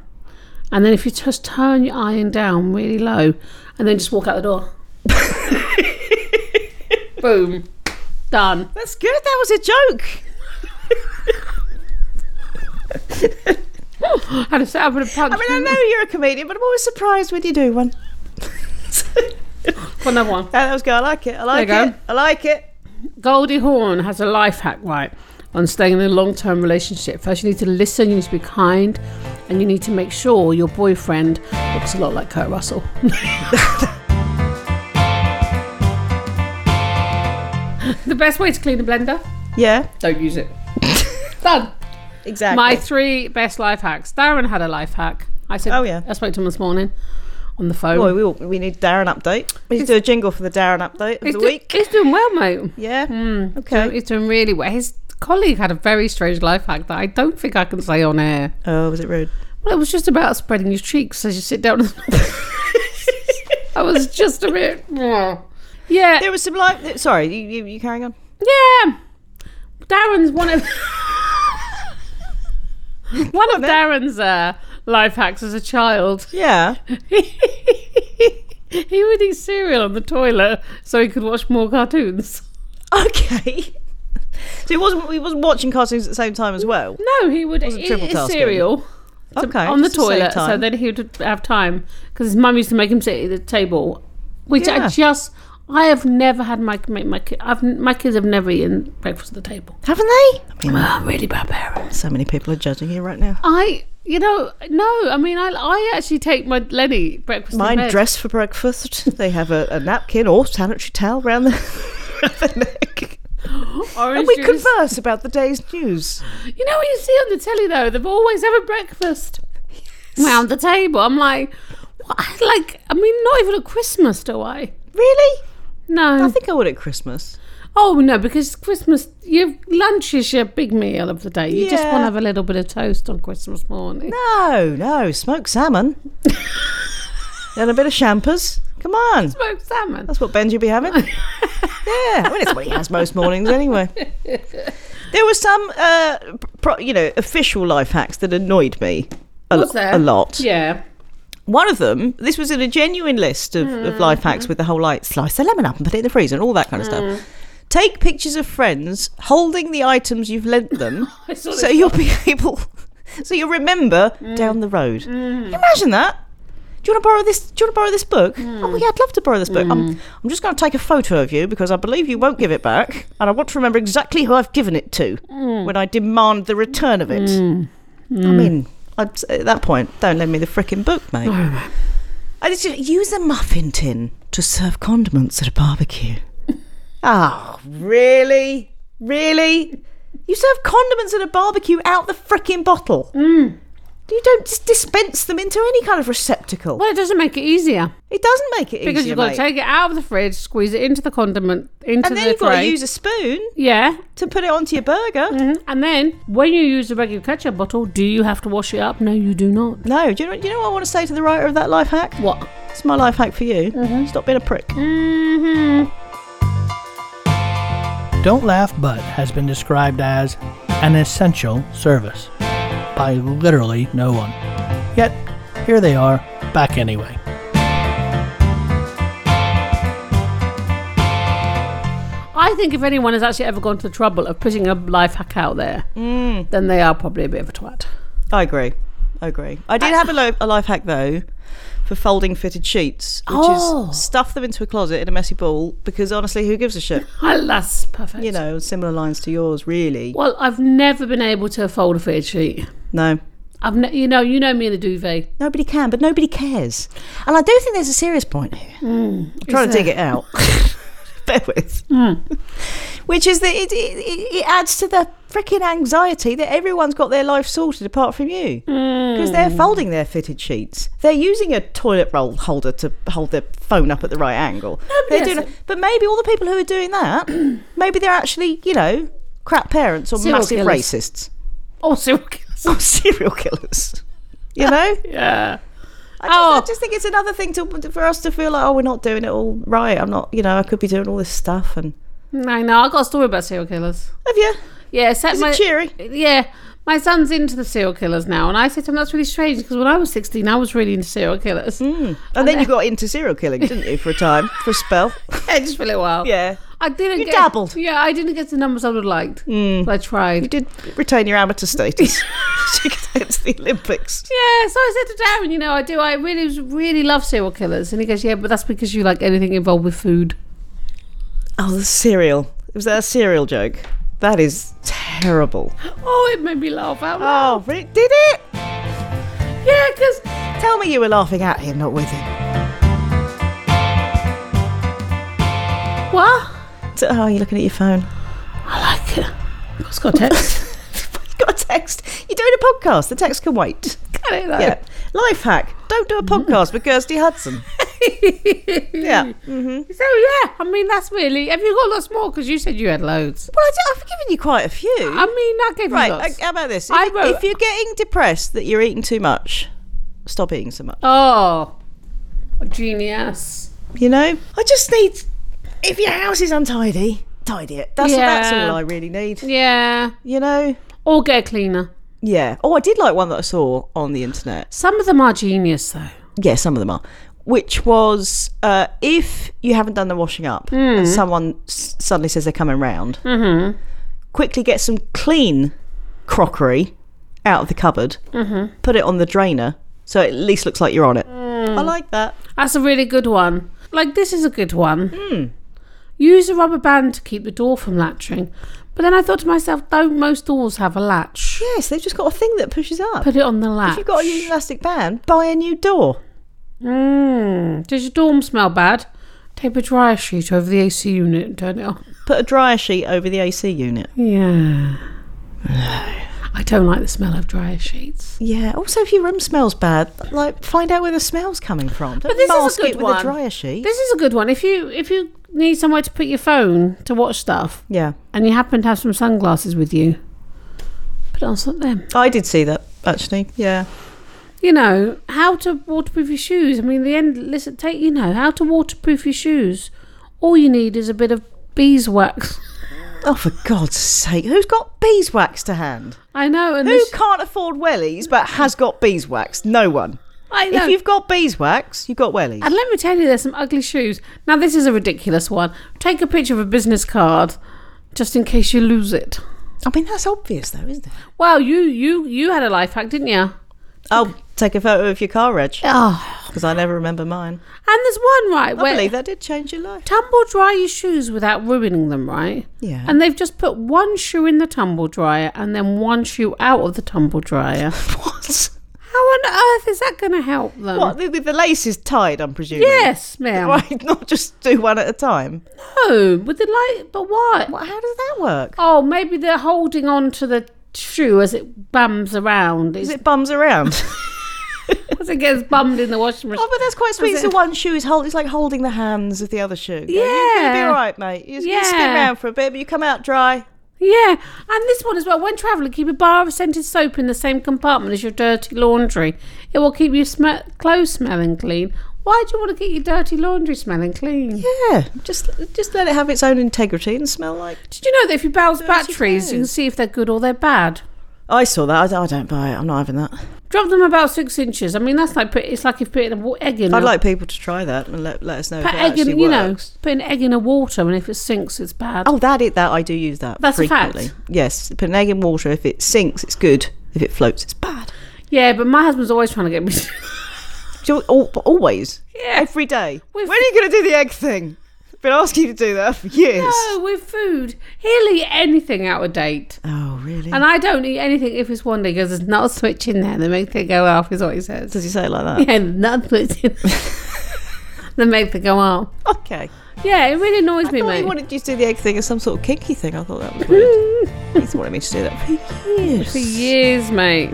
Speaker 2: and then if you just turn your iron down really low, and then just walk out
Speaker 1: [laughs]
Speaker 2: the door. Boom. Done.
Speaker 1: That's good. That was a joke.
Speaker 2: Had to set up with a punch.
Speaker 1: I mean, I know you're a comedian, but I'm always surprised when you do one.
Speaker 2: For another one.
Speaker 1: That was good. I like it. I like
Speaker 2: There you
Speaker 1: it. I like it.
Speaker 2: Goldie Horn has a life hack, right, on staying in a long term relationship. First, you need to listen, you need to be kind, and you need to make sure your boyfriend looks a lot like Kurt Russell. [laughs] the best way to clean a blender?
Speaker 1: Yeah.
Speaker 2: Don't use it. [laughs] Done.
Speaker 1: Exactly.
Speaker 2: My three best life hacks. Darren had a life hack. I said,
Speaker 1: Oh, yeah.
Speaker 2: I spoke to him this morning on the phone.
Speaker 1: Boy, we, all, we need Darren update. We should do a jingle for the Darren update of
Speaker 2: he's,
Speaker 1: the
Speaker 2: do-
Speaker 1: week.
Speaker 2: he's doing well, mate.
Speaker 1: Yeah.
Speaker 2: So
Speaker 1: Okay.
Speaker 2: he's doing really well. His colleague had a very strange life hack that I don't think I can say on air.
Speaker 1: Oh, was it rude?
Speaker 2: Well, it was just about spreading your cheeks as you sit down. [laughs] I was just a bit. Yeah. Yeah.
Speaker 1: There was some like. Sorry, you, you, you carrying on?
Speaker 2: yeah. Darren's one of. [laughs] one of Darren's uh, life hacks as a child. [laughs]
Speaker 1: Yeah.
Speaker 2: he would eat cereal on the toilet so he could watch more cartoons.
Speaker 1: [laughs] Okay. So he wasn't he wasn't watching cartoons at the same time as well.
Speaker 2: No, he would
Speaker 1: Wasn't
Speaker 2: eat
Speaker 1: triple
Speaker 2: his
Speaker 1: tasking.
Speaker 2: cereal. to-
Speaker 1: Okay.
Speaker 2: on the
Speaker 1: just to save
Speaker 2: toilet, so
Speaker 1: time.
Speaker 2: then he would have time because his mum used to make him sit at the table, which
Speaker 1: Yeah.
Speaker 2: I just I have never had my make my ki- I've my kids have never eaten breakfast at the table.
Speaker 1: haven't they? I mean, [sighs]
Speaker 2: Ah, really bad parents.
Speaker 1: so many people are judging you right now.
Speaker 2: I you know no I mean I I actually take my Lenny breakfast. in
Speaker 1: Mine
Speaker 2: bed.
Speaker 1: dress for breakfast. They have a, a napkin or sanitary towel round the, [laughs] round the neck.
Speaker 2: orange
Speaker 1: And we
Speaker 2: juice.
Speaker 1: converse about the day's news.
Speaker 2: You know what you see on the telly though? They've always having breakfast round the table. I'm like, what? like I mean not even at Christmas do I?
Speaker 1: Really?
Speaker 2: No.
Speaker 1: I think I would at Christmas.
Speaker 2: Oh no, because Christmas, your lunch is your big meal of the day. You just
Speaker 1: Yeah.
Speaker 2: want to have a little bit of toast on Christmas morning.
Speaker 1: No, no, smoked salmon. and a bit of champers. Come on.
Speaker 2: [laughs] Smoked salmon.
Speaker 1: That's what Benji be having. yeah, I mean, it's what he has most mornings anyway. There were some, uh, pro- you know, official life hacks that annoyed me a,
Speaker 2: Was
Speaker 1: lo-
Speaker 2: there?
Speaker 1: a lot.
Speaker 2: Yeah.
Speaker 1: One of them, this was in a genuine list of,
Speaker 2: Hmm,
Speaker 1: of life hacks with the whole like slice the lemon up and put it in the freezer and all that kind of
Speaker 2: Hmm.
Speaker 1: stuff. Take pictures of friends holding the items you've lent them
Speaker 2: [laughs] I saw
Speaker 1: so
Speaker 2: this Hmm.
Speaker 1: you'll be [laughs] able so you'll remember down the road Can you imagine that do you want to borrow this do you want to borrow this book
Speaker 2: Hmm.
Speaker 1: oh yeah i'd love to borrow this book I'm, I'm just going to take a photo of you because i believe you won't give it back and i want to remember exactly who i've given it to
Speaker 2: Hmm.
Speaker 1: when i demand the return of it i mean I'd, say at that point don't lend me the frickin' book mate I just, use a muffin tin to serve condiments at a [laughs] barbecue oh really
Speaker 2: Mm.
Speaker 1: really you serve condiments at a barbecue out the frickin' bottle. You don't just dispense them into any kind of receptacle.
Speaker 2: Well, it doesn't make it easier
Speaker 1: It doesn't make it
Speaker 2: because
Speaker 1: easier,
Speaker 2: you've got
Speaker 1: mate.
Speaker 2: to take it out of the fridge, squeeze it into the condiment, into
Speaker 1: and
Speaker 2: the
Speaker 1: then you've got
Speaker 2: tray.
Speaker 1: to use Mm-hmm. a spoon
Speaker 2: yeah,
Speaker 1: to put it onto your burger.
Speaker 2: Mhm. and then when you use a regular ketchup bottle, do you have to wash it up? No, you do not.
Speaker 1: No, do you know? Do you know what I want to say to the writer of that life hack?
Speaker 2: What?
Speaker 1: It's my life hack for you. Stop being a prick.
Speaker 2: Mm-hmm.
Speaker 3: Don't Laugh But has been described as an essential service by literally no one. Yet, here they are, back anyway.
Speaker 2: I think if anyone has actually ever gone to the trouble of putting a life hack out there,
Speaker 1: Mm.
Speaker 2: then they are probably a bit of a twat. [laughs]
Speaker 1: I agree. I agree. I did have a, lo- a life hack though for folding fitted sheets, which
Speaker 2: Oh.
Speaker 1: is stuff them into a closet in a messy ball because honestly, who gives a shit?
Speaker 2: Ah, That's perfect.
Speaker 1: You know, similar lines to yours, really.
Speaker 2: Well, I've never been able to fold a fitted sheet.
Speaker 1: No.
Speaker 2: I've ne- you know, you know me and the duvet. [laughs]
Speaker 1: Nobody can, but nobody cares. And I do think there's a serious point here.
Speaker 2: Mm.
Speaker 1: I'm trying to dig it out. [laughs] Bear with.
Speaker 2: Mm.
Speaker 1: Which is that it, it, it it adds to the freaking anxiety that everyone's got their life sorted apart from you. Because they're
Speaker 2: Mm.
Speaker 1: folding their fitted sheets. They're using a toilet roll holder to hold their phone up at the right angle.
Speaker 2: but
Speaker 1: they're doing
Speaker 2: yes.
Speaker 1: it- but maybe all the people who are doing
Speaker 2: [clears throat]
Speaker 1: that, maybe they're actually, you know, crap parents or
Speaker 2: Serial
Speaker 1: massive
Speaker 2: killers.
Speaker 1: racists [laughs]
Speaker 2: Oh, serial killers.
Speaker 1: or serial killers.
Speaker 2: [laughs]
Speaker 1: You know?
Speaker 2: Yeah.
Speaker 1: I just,
Speaker 2: Oh.
Speaker 1: I just think it's another thing to for us to feel like, oh, we're not doing it all right. I'm not, you know, I could be doing all this stuff. And
Speaker 2: I know. I got a story about serial killers.
Speaker 1: have you?
Speaker 2: Yeah, set
Speaker 1: Is
Speaker 2: my
Speaker 1: it
Speaker 2: [laughs]
Speaker 1: cheery?
Speaker 2: yeah. My son's into the serial killers now, and I said to him, "That's really strange because when I was sixteen, I was really into serial killers.
Speaker 1: And then you got into serial killing, Mm. didn't you, for a time, for a spell?
Speaker 2: [laughs] Yeah, just for a little while.
Speaker 1: yeah.
Speaker 2: I didn't.
Speaker 1: You
Speaker 2: get,
Speaker 1: dabbled.
Speaker 2: Yeah, I didn't get the numbers I would have liked. Mm. I tried.
Speaker 1: You did retain your amateur
Speaker 2: [laughs]
Speaker 1: status. [laughs] to get to the Olympics.
Speaker 2: Yeah, so I said to Darren, you know, I do. I really, really love serial killers, and he goes, "Yeah, but that's because you like anything involved with food." [gasps]
Speaker 1: Oh, the cereal. Was that a cereal joke? That is terrible.
Speaker 2: Oh, it made me laugh out loud.
Speaker 1: Oh, re- did it?
Speaker 2: Yeah, because
Speaker 1: Tell me you were laughing at him, not with him.
Speaker 2: what?
Speaker 1: So- Oh, you're looking at your phone.
Speaker 2: I like it. It's got
Speaker 1: [laughs]
Speaker 2: text.
Speaker 1: Got a text. You're doing a podcast. The text can wait.
Speaker 2: Got it. Though.
Speaker 1: Yeah. Life hack. Don't do a podcast with Kirsty Hudson. yeah.
Speaker 2: [laughs] So yeah, I mean that's really. Have you got lots more? Because you said you had loads.
Speaker 1: Well, I do, I've given you quite a few.
Speaker 2: I mean, I gave
Speaker 1: Mm-hmm. right.
Speaker 2: you lots.
Speaker 1: uh, How about this? If,
Speaker 2: I
Speaker 1: you-
Speaker 2: wrote-
Speaker 1: if you're getting depressed that you're eating too much, stop eating so much.
Speaker 2: oh, genius.
Speaker 1: You know? I just need. If your house is untidy, tidy it. That's, that's
Speaker 2: Yeah.
Speaker 1: all I really need.
Speaker 2: Yeah,
Speaker 1: You know?
Speaker 2: or get a cleaner.
Speaker 1: Yeah. Oh, I did like one that I saw on the internet.
Speaker 2: Some of them are genius though.
Speaker 1: yeah, some of them are. Which was uh, if you haven't done the washing up
Speaker 2: Hmm.
Speaker 1: and someone s- suddenly says they're coming round,
Speaker 2: Mm-hmm.
Speaker 1: quickly get some clean crockery out of the cupboard,
Speaker 2: Mm-hmm.
Speaker 1: put it on the drainer so it at least looks like you're on it.
Speaker 2: Mm.
Speaker 1: I like that.
Speaker 2: That's a really good one. Like this is a good one.
Speaker 1: Hmm.
Speaker 2: Use a rubber band to keep the door from latching. But then I thought to myself, don't most doors have a latch?
Speaker 1: Yes, they've just got a thing that pushes up.
Speaker 2: Put it on the
Speaker 1: If
Speaker 2: latch.
Speaker 1: you've got a new elastic band, buy a new door.
Speaker 2: Mm. Does your dorm smell bad? Tape a dryer sheet over the AC unit and turn it on.
Speaker 1: Put a dryer sheet over the AC unit.
Speaker 2: Yeah. I don't like the smell of dryer sheets.
Speaker 1: Yeah. Also, if your room smells bad, like find out where the smell's coming from. Don't
Speaker 2: But this is a
Speaker 1: mask
Speaker 2: good
Speaker 1: it with
Speaker 2: one.
Speaker 1: a dryer sheet.
Speaker 2: This is a good one. If you if you need somewhere to put your phone to watch stuff
Speaker 1: yeah.
Speaker 2: and you happen to have some sunglasses with you, put it on some of them.
Speaker 1: I did see that actually. Yeah.
Speaker 2: You know, how to waterproof your shoes. I mean the end listen take you know, how to waterproof your shoes. All you need is a bit of beeswax. [laughs]
Speaker 1: Oh, for God's sake, who's got beeswax to hand?
Speaker 2: I know and
Speaker 1: Who
Speaker 2: this,
Speaker 1: can't afford wellies but has got beeswax? No one.
Speaker 2: I know
Speaker 1: If you've got beeswax, you've got wellies.
Speaker 2: And let me tell you, there's some ugly shoes. Now, this is a ridiculous one. Take a picture of a business card just in case you lose it.
Speaker 1: I mean, that's obvious though, isn't it?
Speaker 2: Wow, you you you had a life hack, didn't you?
Speaker 1: Oh, take a photo of your car, Reg,
Speaker 2: Oh,
Speaker 1: because I never remember mine.
Speaker 2: and there's one right
Speaker 1: I
Speaker 2: where
Speaker 1: believe that did change your life.
Speaker 2: tumble dry your shoes without ruining them, right?
Speaker 1: Yeah.
Speaker 2: And they've just put one shoe in the tumble dryer and then one shoe out of the tumble
Speaker 1: [laughs]
Speaker 2: dryer.
Speaker 1: what?
Speaker 2: How on earth is that going to help them?
Speaker 1: What? The, the lace is tied, I'm presuming.
Speaker 2: Yes,
Speaker 1: [laughs]
Speaker 2: ma'am.
Speaker 1: Right, not just do one at a time.
Speaker 2: No, with the light, but why?
Speaker 1: What, how does that work?
Speaker 2: Oh, maybe they're holding on to the shoe as it bums around.
Speaker 1: Is
Speaker 2: It's,
Speaker 1: it bums around?
Speaker 2: as it gets bummed in the washing machine.
Speaker 1: [laughs] oh, but that's quite sweet.
Speaker 2: Is
Speaker 1: So
Speaker 2: it-
Speaker 1: one shoe is hold, it's like holding the hands of the other shoe. You're gonna be
Speaker 2: Yeah.
Speaker 1: all right, mate. You, you spin
Speaker 2: Yeah.
Speaker 1: around for a bit, but you come out dry.
Speaker 2: Yeah, and this one as well. When travelling, keep a bar of scented soap in the same compartment as your dirty laundry. It will keep your sm- clothes smelling clean. Why do you want to keep your dirty laundry smelling clean?
Speaker 1: Yeah, just just let it have its own integrity and smell like.
Speaker 2: Did you know that if you bounce batteries, you can
Speaker 1: clothes.
Speaker 2: see if they're good or they're bad?
Speaker 1: I saw that. I, I don't buy it. I'm not having that.
Speaker 2: Drop them about six inches. I mean, that's like put, it's like if putting a wa- egg in.
Speaker 1: I'd
Speaker 2: a-
Speaker 1: like people to try that and let, let us know if
Speaker 2: put
Speaker 1: it
Speaker 2: egg
Speaker 1: actually
Speaker 2: in, you know,
Speaker 1: works.
Speaker 2: put an egg in a water, and if it sinks, it's bad.
Speaker 1: Oh, that it. That I do use that.
Speaker 2: That's a fact.
Speaker 1: frequently. Yes, put an egg in water. If it sinks, it's good. If it floats, it's bad.
Speaker 2: Yeah, but my husband's always trying to get me. to- [laughs]
Speaker 1: Do you, al- always.
Speaker 2: Yeah.
Speaker 1: Every day.
Speaker 2: We've-
Speaker 1: when are you going to do the egg thing? I've been asking you to do that for years.
Speaker 2: no, with food, he'll eat anything out of date.
Speaker 1: Oh, really?
Speaker 2: And I don't eat anything if it's one day because there's not a switch in there that makes it go off, is what he says. [laughs]
Speaker 1: Does he say it like [laughs] that?
Speaker 2: Yeah, not a switch in
Speaker 1: [laughs]
Speaker 2: that makes it go off.
Speaker 1: Okay.
Speaker 2: Yeah, it really annoys me,
Speaker 1: I thought
Speaker 2: mate.
Speaker 1: he wanted you to do the egg thing as some sort of kinky thing. I thought that was weird.
Speaker 2: [laughs]
Speaker 1: He's wanted me to do that for years.
Speaker 2: For years, mate.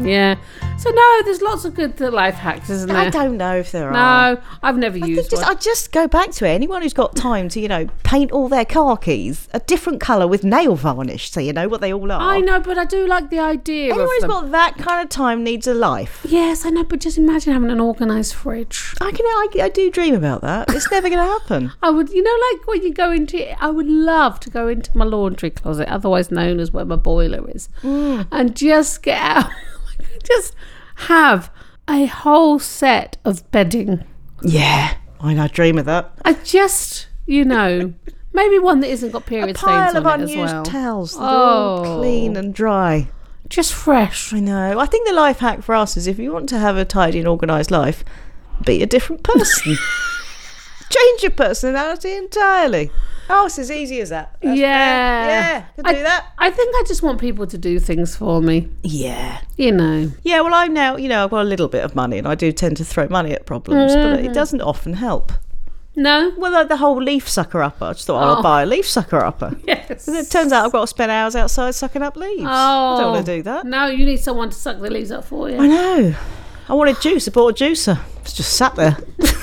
Speaker 2: Yeah. So, no, there's lots of good life hacks, isn't
Speaker 1: I
Speaker 2: there?
Speaker 1: don't know if there are.
Speaker 2: No, I've never
Speaker 1: I think
Speaker 2: used
Speaker 1: just,
Speaker 2: one.
Speaker 1: I just go back to it. Anyone who's got time to, you know, paint all their car keys a different colour with nail varnish so you know what they all are.
Speaker 2: I know, but I do like the idea
Speaker 1: Anyone
Speaker 2: of
Speaker 1: who's
Speaker 2: them.
Speaker 1: got that kind of time needs a life.
Speaker 2: yes, I know, but just imagine having an organised fridge.
Speaker 1: I can, I, I do dream about that. It's never going to
Speaker 2: [laughs]
Speaker 1: happen.
Speaker 2: I would, you know, like when you go into, I would love to go into my laundry closet, otherwise known as where my boiler is,
Speaker 1: Mm.
Speaker 2: and just get out, [laughs] just have a whole set of bedding.
Speaker 1: Yeah, I, I dream of that.
Speaker 2: I just, you know, maybe one that isn't got period stains
Speaker 1: Pile of
Speaker 2: on it
Speaker 1: unused
Speaker 2: as well.
Speaker 1: towels, that are all clean
Speaker 2: Oh.
Speaker 1: and dry.
Speaker 2: just fresh.
Speaker 1: I know. I think the life hack for us is if you want to have a tidy and organised life, be a different
Speaker 2: [laughs]
Speaker 1: person. Change your personality entirely. Oh, it's as easy as that. That's
Speaker 2: yeah,
Speaker 1: fair. Yeah, could
Speaker 2: I,
Speaker 1: do that.
Speaker 2: I think I just want people to do things for me.
Speaker 1: Yeah.
Speaker 2: You know,
Speaker 1: Yeah, well, I'm now, you know, I've got a little bit of money and I do tend to throw money at problems, but
Speaker 2: Mm-hmm.
Speaker 1: it doesn't often help.
Speaker 2: no.
Speaker 1: Well, like the whole leaf sucker upper. I just thought I'll
Speaker 2: Oh.
Speaker 1: buy a leaf sucker
Speaker 2: [laughs]
Speaker 1: upper.
Speaker 2: Yes.
Speaker 1: And it turns out I've got to spend hours outside sucking up leaves. I
Speaker 2: Oh.
Speaker 1: don't want to do that.
Speaker 2: No, you need someone to suck the leaves up for
Speaker 1: I
Speaker 2: you.
Speaker 1: know. I wanted juice. I bought a juicer. It's just sat there. [laughs]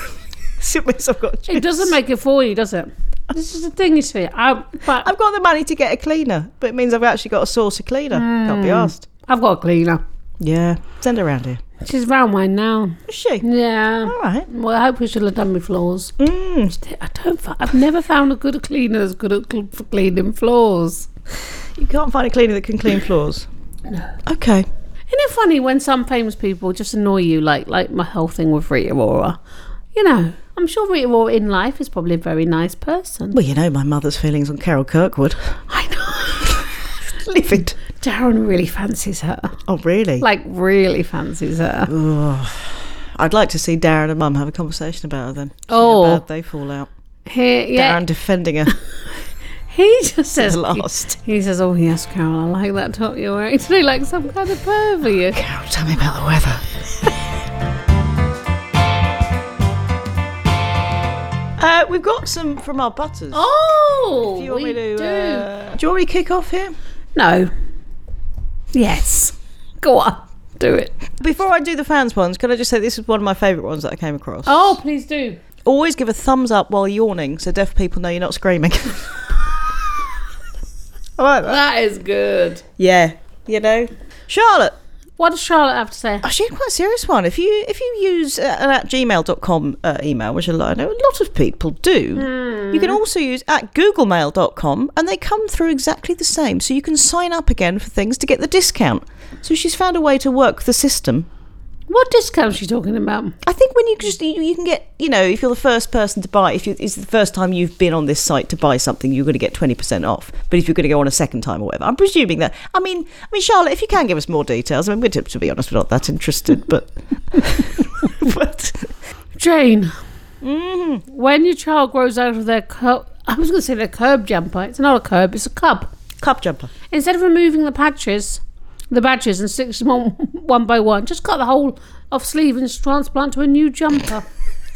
Speaker 1: Simply, I've got juice.
Speaker 2: It doesn't make it for you, does it? This is the thing, you see. I, but
Speaker 1: I've got the money to get a cleaner, but it means I've actually got a source of cleaner. Can't
Speaker 2: Hmm.
Speaker 1: be asked.
Speaker 2: I've got a cleaner.
Speaker 1: Yeah. Send her around here.
Speaker 2: She's round mine now.
Speaker 1: Is she?
Speaker 2: Yeah.
Speaker 1: All right.
Speaker 2: Well, I hope we should have done my floors.
Speaker 1: Mm.
Speaker 2: I don't. fi- I've never found a good cleaner that's good at cl- for cleaning floors.
Speaker 1: You can't find a cleaner that can clean
Speaker 2: [sighs]
Speaker 1: floors. No. Okay.
Speaker 2: Isn't it funny when some famous people just annoy you, like like my whole thing with Rita Ora? You know, I'm sure Rita Ora in life is probably a very nice person.
Speaker 1: Well, you know my mother's feelings on Carol Kirkwood. [laughs]
Speaker 2: I know. [laughs]
Speaker 1: Livid.
Speaker 2: Darren really fancies her.
Speaker 1: Oh, really?
Speaker 2: Like, really fancies her.
Speaker 1: Ugh. I'd like to see Darren and Mum have a conversation about her then. See
Speaker 2: Oh.
Speaker 1: How bad they fall out.
Speaker 2: He, yeah,
Speaker 1: Darren defending her
Speaker 2: [laughs] he just says
Speaker 1: at last.
Speaker 2: He says, "Oh yes, Carol, I like that top you're wearing [laughs] today, like some kind of pervert."
Speaker 1: Carol, tell me about the
Speaker 2: [laughs]
Speaker 1: weather. Uh, we've got some from our butters.
Speaker 2: Oh,
Speaker 1: do you want
Speaker 2: we
Speaker 1: me to?
Speaker 2: do.
Speaker 1: uh, do you want me to kick off here?
Speaker 2: no. Yes, go on, do it.
Speaker 1: Before I do the fans ones, can I just say this is one of my favourite ones that I came across.
Speaker 2: Oh, please do.
Speaker 1: Always give a thumbs up while yawning so deaf people know you're not screaming. [laughs] I like that.
Speaker 2: That is good.
Speaker 1: Yeah, you know. Charlotte,
Speaker 2: What does Charlotte have to say?
Speaker 1: Oh, she had quite a serious one. If you if you use uh, an at gmail.com uh, email, which I know a lot of people do, you
Speaker 2: Hmm.
Speaker 1: can also use at googlemail.com and they come through exactly the same. So you can sign up again for things to get the discount. So she's found a way to work the system.
Speaker 2: What discount is she talking about?
Speaker 1: I think when you just you, you can get you know if you're the first person to buy if you, it's the first time you've been on this site to buy something you're going to get twenty percent off. But if you're going to go on a second time or whatever, I'm presuming that. I mean, I mean, Charlotte, if you can give us more details, I mean, we're to, to be honest, we're not that interested, but [laughs] but
Speaker 2: Jane.
Speaker 1: Mm-hmm.
Speaker 2: When your child grows out of their cub, I was going to say their curb jumper. It's not a curb. It's a cub.
Speaker 1: cup jumper.
Speaker 2: instead of removing the patches, the badges and sticks [laughs] them on one by one, just cut the whole off sleeve and transplant to a new jumper.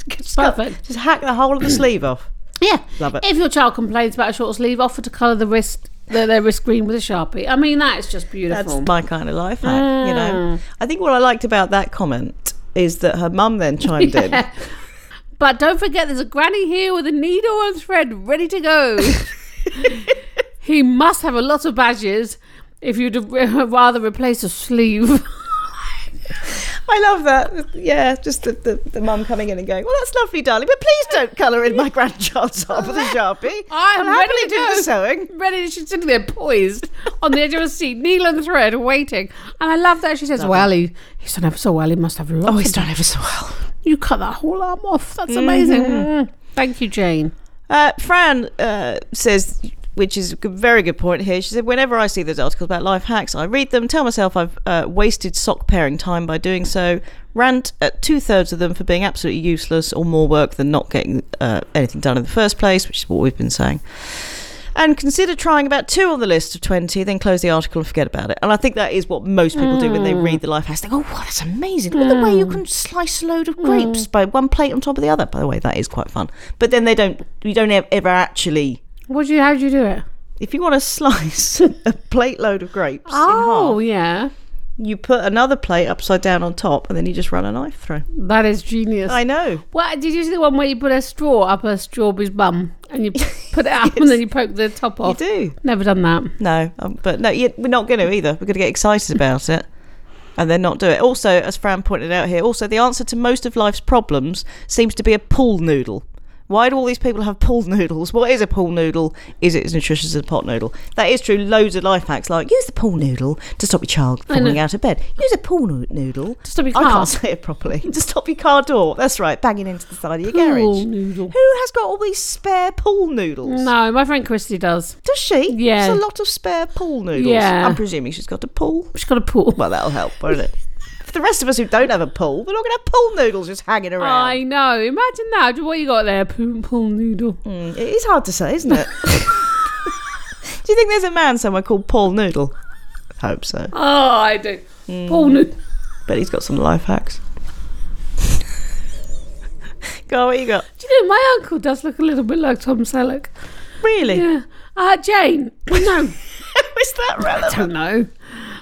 Speaker 2: It's perfect.
Speaker 1: Just hack the whole of the sleeve off.
Speaker 2: Yeah.
Speaker 1: Love it.
Speaker 2: If your child complains about a short sleeve, offer to colour the wrist, the, their wrist green with a sharpie. I mean, that is just
Speaker 1: That's
Speaker 2: [laughs] beautiful.
Speaker 1: my kind of life hack, you know. I think what I liked about that comment is that her mum then chimed
Speaker 2: [laughs]
Speaker 1: in.
Speaker 2: Yeah. But don't forget, there's a granny here with a needle and thread ready to go. he must have a lot of badges. If you'd [laughs] rather replace a sleeve,
Speaker 1: I love that. Yeah, just the, the, the mum coming in and going, Well, that's lovely, darling, but please don't colour in my grandchild's arm with a
Speaker 2: [laughs]
Speaker 1: sharpie.
Speaker 2: I'm
Speaker 1: I'll
Speaker 2: ready
Speaker 1: happily
Speaker 2: to
Speaker 1: do
Speaker 2: go."
Speaker 1: the sewing.
Speaker 2: ready, she's sitting there poised on the edge of a seat, needle and thread, waiting. And I love that she says, "Well, he, he's done ever so well. He must have lots."
Speaker 1: Oh,
Speaker 2: of
Speaker 1: he's done ever so well. Mm-hmm.
Speaker 2: You cut that whole arm off. That's amazing. Mm. Thank you, Jane.
Speaker 1: Uh, Fran uh, says, which is a good- very good point here. She said, whenever I see those articles about life hacks, I read them, tell myself I've uh, wasted sock pairing time by doing so, rant at two thirds of them for being absolutely useless or more work than not getting uh, anything done in the first place, which is what we've been saying. And consider trying about two on the list of 20, then close the article and forget about it. And I think that is what most people do when they read the life hacks. They go, oh, wow, that's amazing. Look at the way you can slice a load of grapes by one plate on top of the other. By the way, that is quite fun. But then they don't, you don't ev- ever actually,
Speaker 2: What do you? How do you do it?
Speaker 1: if you want to [laughs] slice a plate load of grapes
Speaker 2: Oh,
Speaker 1: in half,
Speaker 2: yeah,
Speaker 1: you put another plate upside down on top and then you just run a knife through.
Speaker 2: that is genius.
Speaker 1: I know.
Speaker 2: What did you see the one where you put a straw up a strawberry's bum and you put it up and
Speaker 1: [laughs]
Speaker 2: then you poke the top
Speaker 1: You
Speaker 2: off?
Speaker 1: do.
Speaker 2: Never done that.
Speaker 1: No, um, but no, you, we're not going to either. We're going to get excited about it and then not do it. Also, as Fran pointed out here, also the answer to most of life's problems seems to be a pool noodle. Why do all these people have [laughs] pool noodles? What is a pool noodle? Is it as nutritious as a pot noodle? That is true. Loads of life hacks like use the pool noodle to stop your child falling out of bed. Use a pool noo- noodle
Speaker 2: To stop your
Speaker 1: I
Speaker 2: car.
Speaker 1: can't say it properly. [laughs] To stop your car door. That's right, banging into the side of your
Speaker 2: Pool
Speaker 1: garage.
Speaker 2: noodle.
Speaker 1: Who has got all these spare pool noodles?
Speaker 2: No, my friend Christy does.
Speaker 1: Does she?
Speaker 2: Yeah.
Speaker 1: There's a lot of spare pool noodles.
Speaker 2: Yeah.
Speaker 1: I'm presuming she's got a pool.
Speaker 2: She's got a pool.
Speaker 1: Well, that'll help, won't it? For the rest of us who don't have a pool, we're not going to have pool noodles just hanging around.
Speaker 2: I know. Imagine that. What you got there? Pool, pool noodle.
Speaker 1: Mm, It is hard to say, isn't
Speaker 2: [laughs]
Speaker 1: it? Do you think there's a man somewhere called Paul Noodle? Hope so.
Speaker 2: Oh, I do.
Speaker 1: Hmm.
Speaker 2: Pool noodle.
Speaker 1: But he's got some life hacks. Go, on, what you got?
Speaker 2: Do you know my uncle does look a little bit like Tom Selleck?
Speaker 1: Really?
Speaker 2: Yeah. Uh, Jane. No,
Speaker 1: [laughs] is that relevant?
Speaker 2: [laughs] don't know.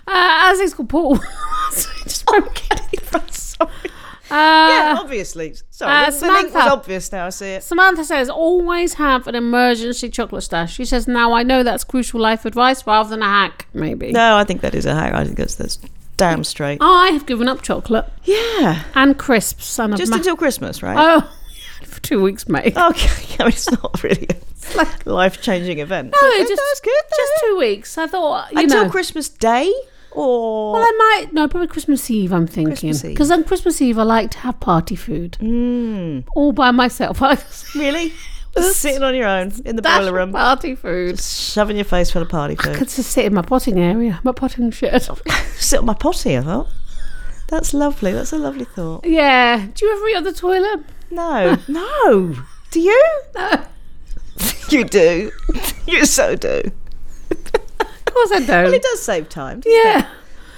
Speaker 2: Uh, as he's called Paul. [laughs] So he just broke
Speaker 1: [laughs]
Speaker 2: it.
Speaker 1: I'm sorry. yeah, oh.
Speaker 2: Uh,
Speaker 1: obviously. Sorry,
Speaker 2: uh,
Speaker 1: the link was
Speaker 2: Samantha.
Speaker 1: obvious now, I see it.
Speaker 2: Samantha says, always have an emergency chocolate stash. She says, now I know that's crucial life advice rather than a hack, maybe.
Speaker 1: No, I think that is a hack. I think that's, that's damn straight.
Speaker 2: I have given up chocolate
Speaker 1: Yeah.
Speaker 2: and crisps and
Speaker 1: Just
Speaker 2: I've Oh, ma-
Speaker 1: until Christmas, right?
Speaker 2: [laughs] Oh, [laughs] for two
Speaker 1: [laughs]
Speaker 2: weeks, mate.
Speaker 1: Okay, I mean, it's not really a life changing event.
Speaker 2: no,
Speaker 1: But
Speaker 2: just,
Speaker 1: that's good. though.
Speaker 2: just [laughs] two weeks. I thought, you
Speaker 1: until
Speaker 2: know.
Speaker 1: Christmas Day or
Speaker 2: well, I might no, probably Christmas Eve. I'm thinking
Speaker 1: Christmas Eve.
Speaker 2: because on Christmas Eve I like to have party food
Speaker 1: Mm,
Speaker 2: all by myself. [laughs] I just
Speaker 1: really just sitting on your own in the
Speaker 2: dash
Speaker 1: boiler room,
Speaker 2: party food.
Speaker 1: shoving your face full of party
Speaker 2: I
Speaker 1: food.
Speaker 2: could just sit in my potting area, my potting shirt.
Speaker 1: Sit on my potty, I thought. That's lovely. That's a lovely thought.
Speaker 2: [laughs] yeah. Do you ever eat on the toilet?
Speaker 1: No, no. Do you?
Speaker 2: [laughs] No, of
Speaker 1: You do. [laughs] you so do.
Speaker 2: course I don't.
Speaker 1: Well, it does save time. doesn't it?
Speaker 2: yeah.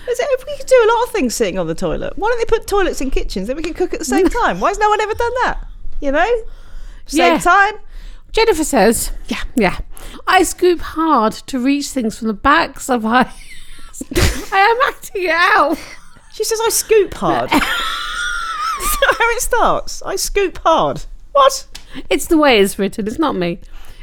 Speaker 1: Is it- If we could do a lot of things sitting on the toilet, why don't they put toilets in kitchens? Then we can cook at the same time. Why has no one ever done that? You know, save
Speaker 2: Yeah.
Speaker 1: time.
Speaker 2: Jennifer says, yeah, yeah. I scoop hard to reach things from the backs of my. [laughs] I am acting it out.
Speaker 1: She says, I scoop hard.
Speaker 2: [laughs]
Speaker 1: Is that how it starts? I scoop hard. What?
Speaker 2: It's the way it's written. It's not me.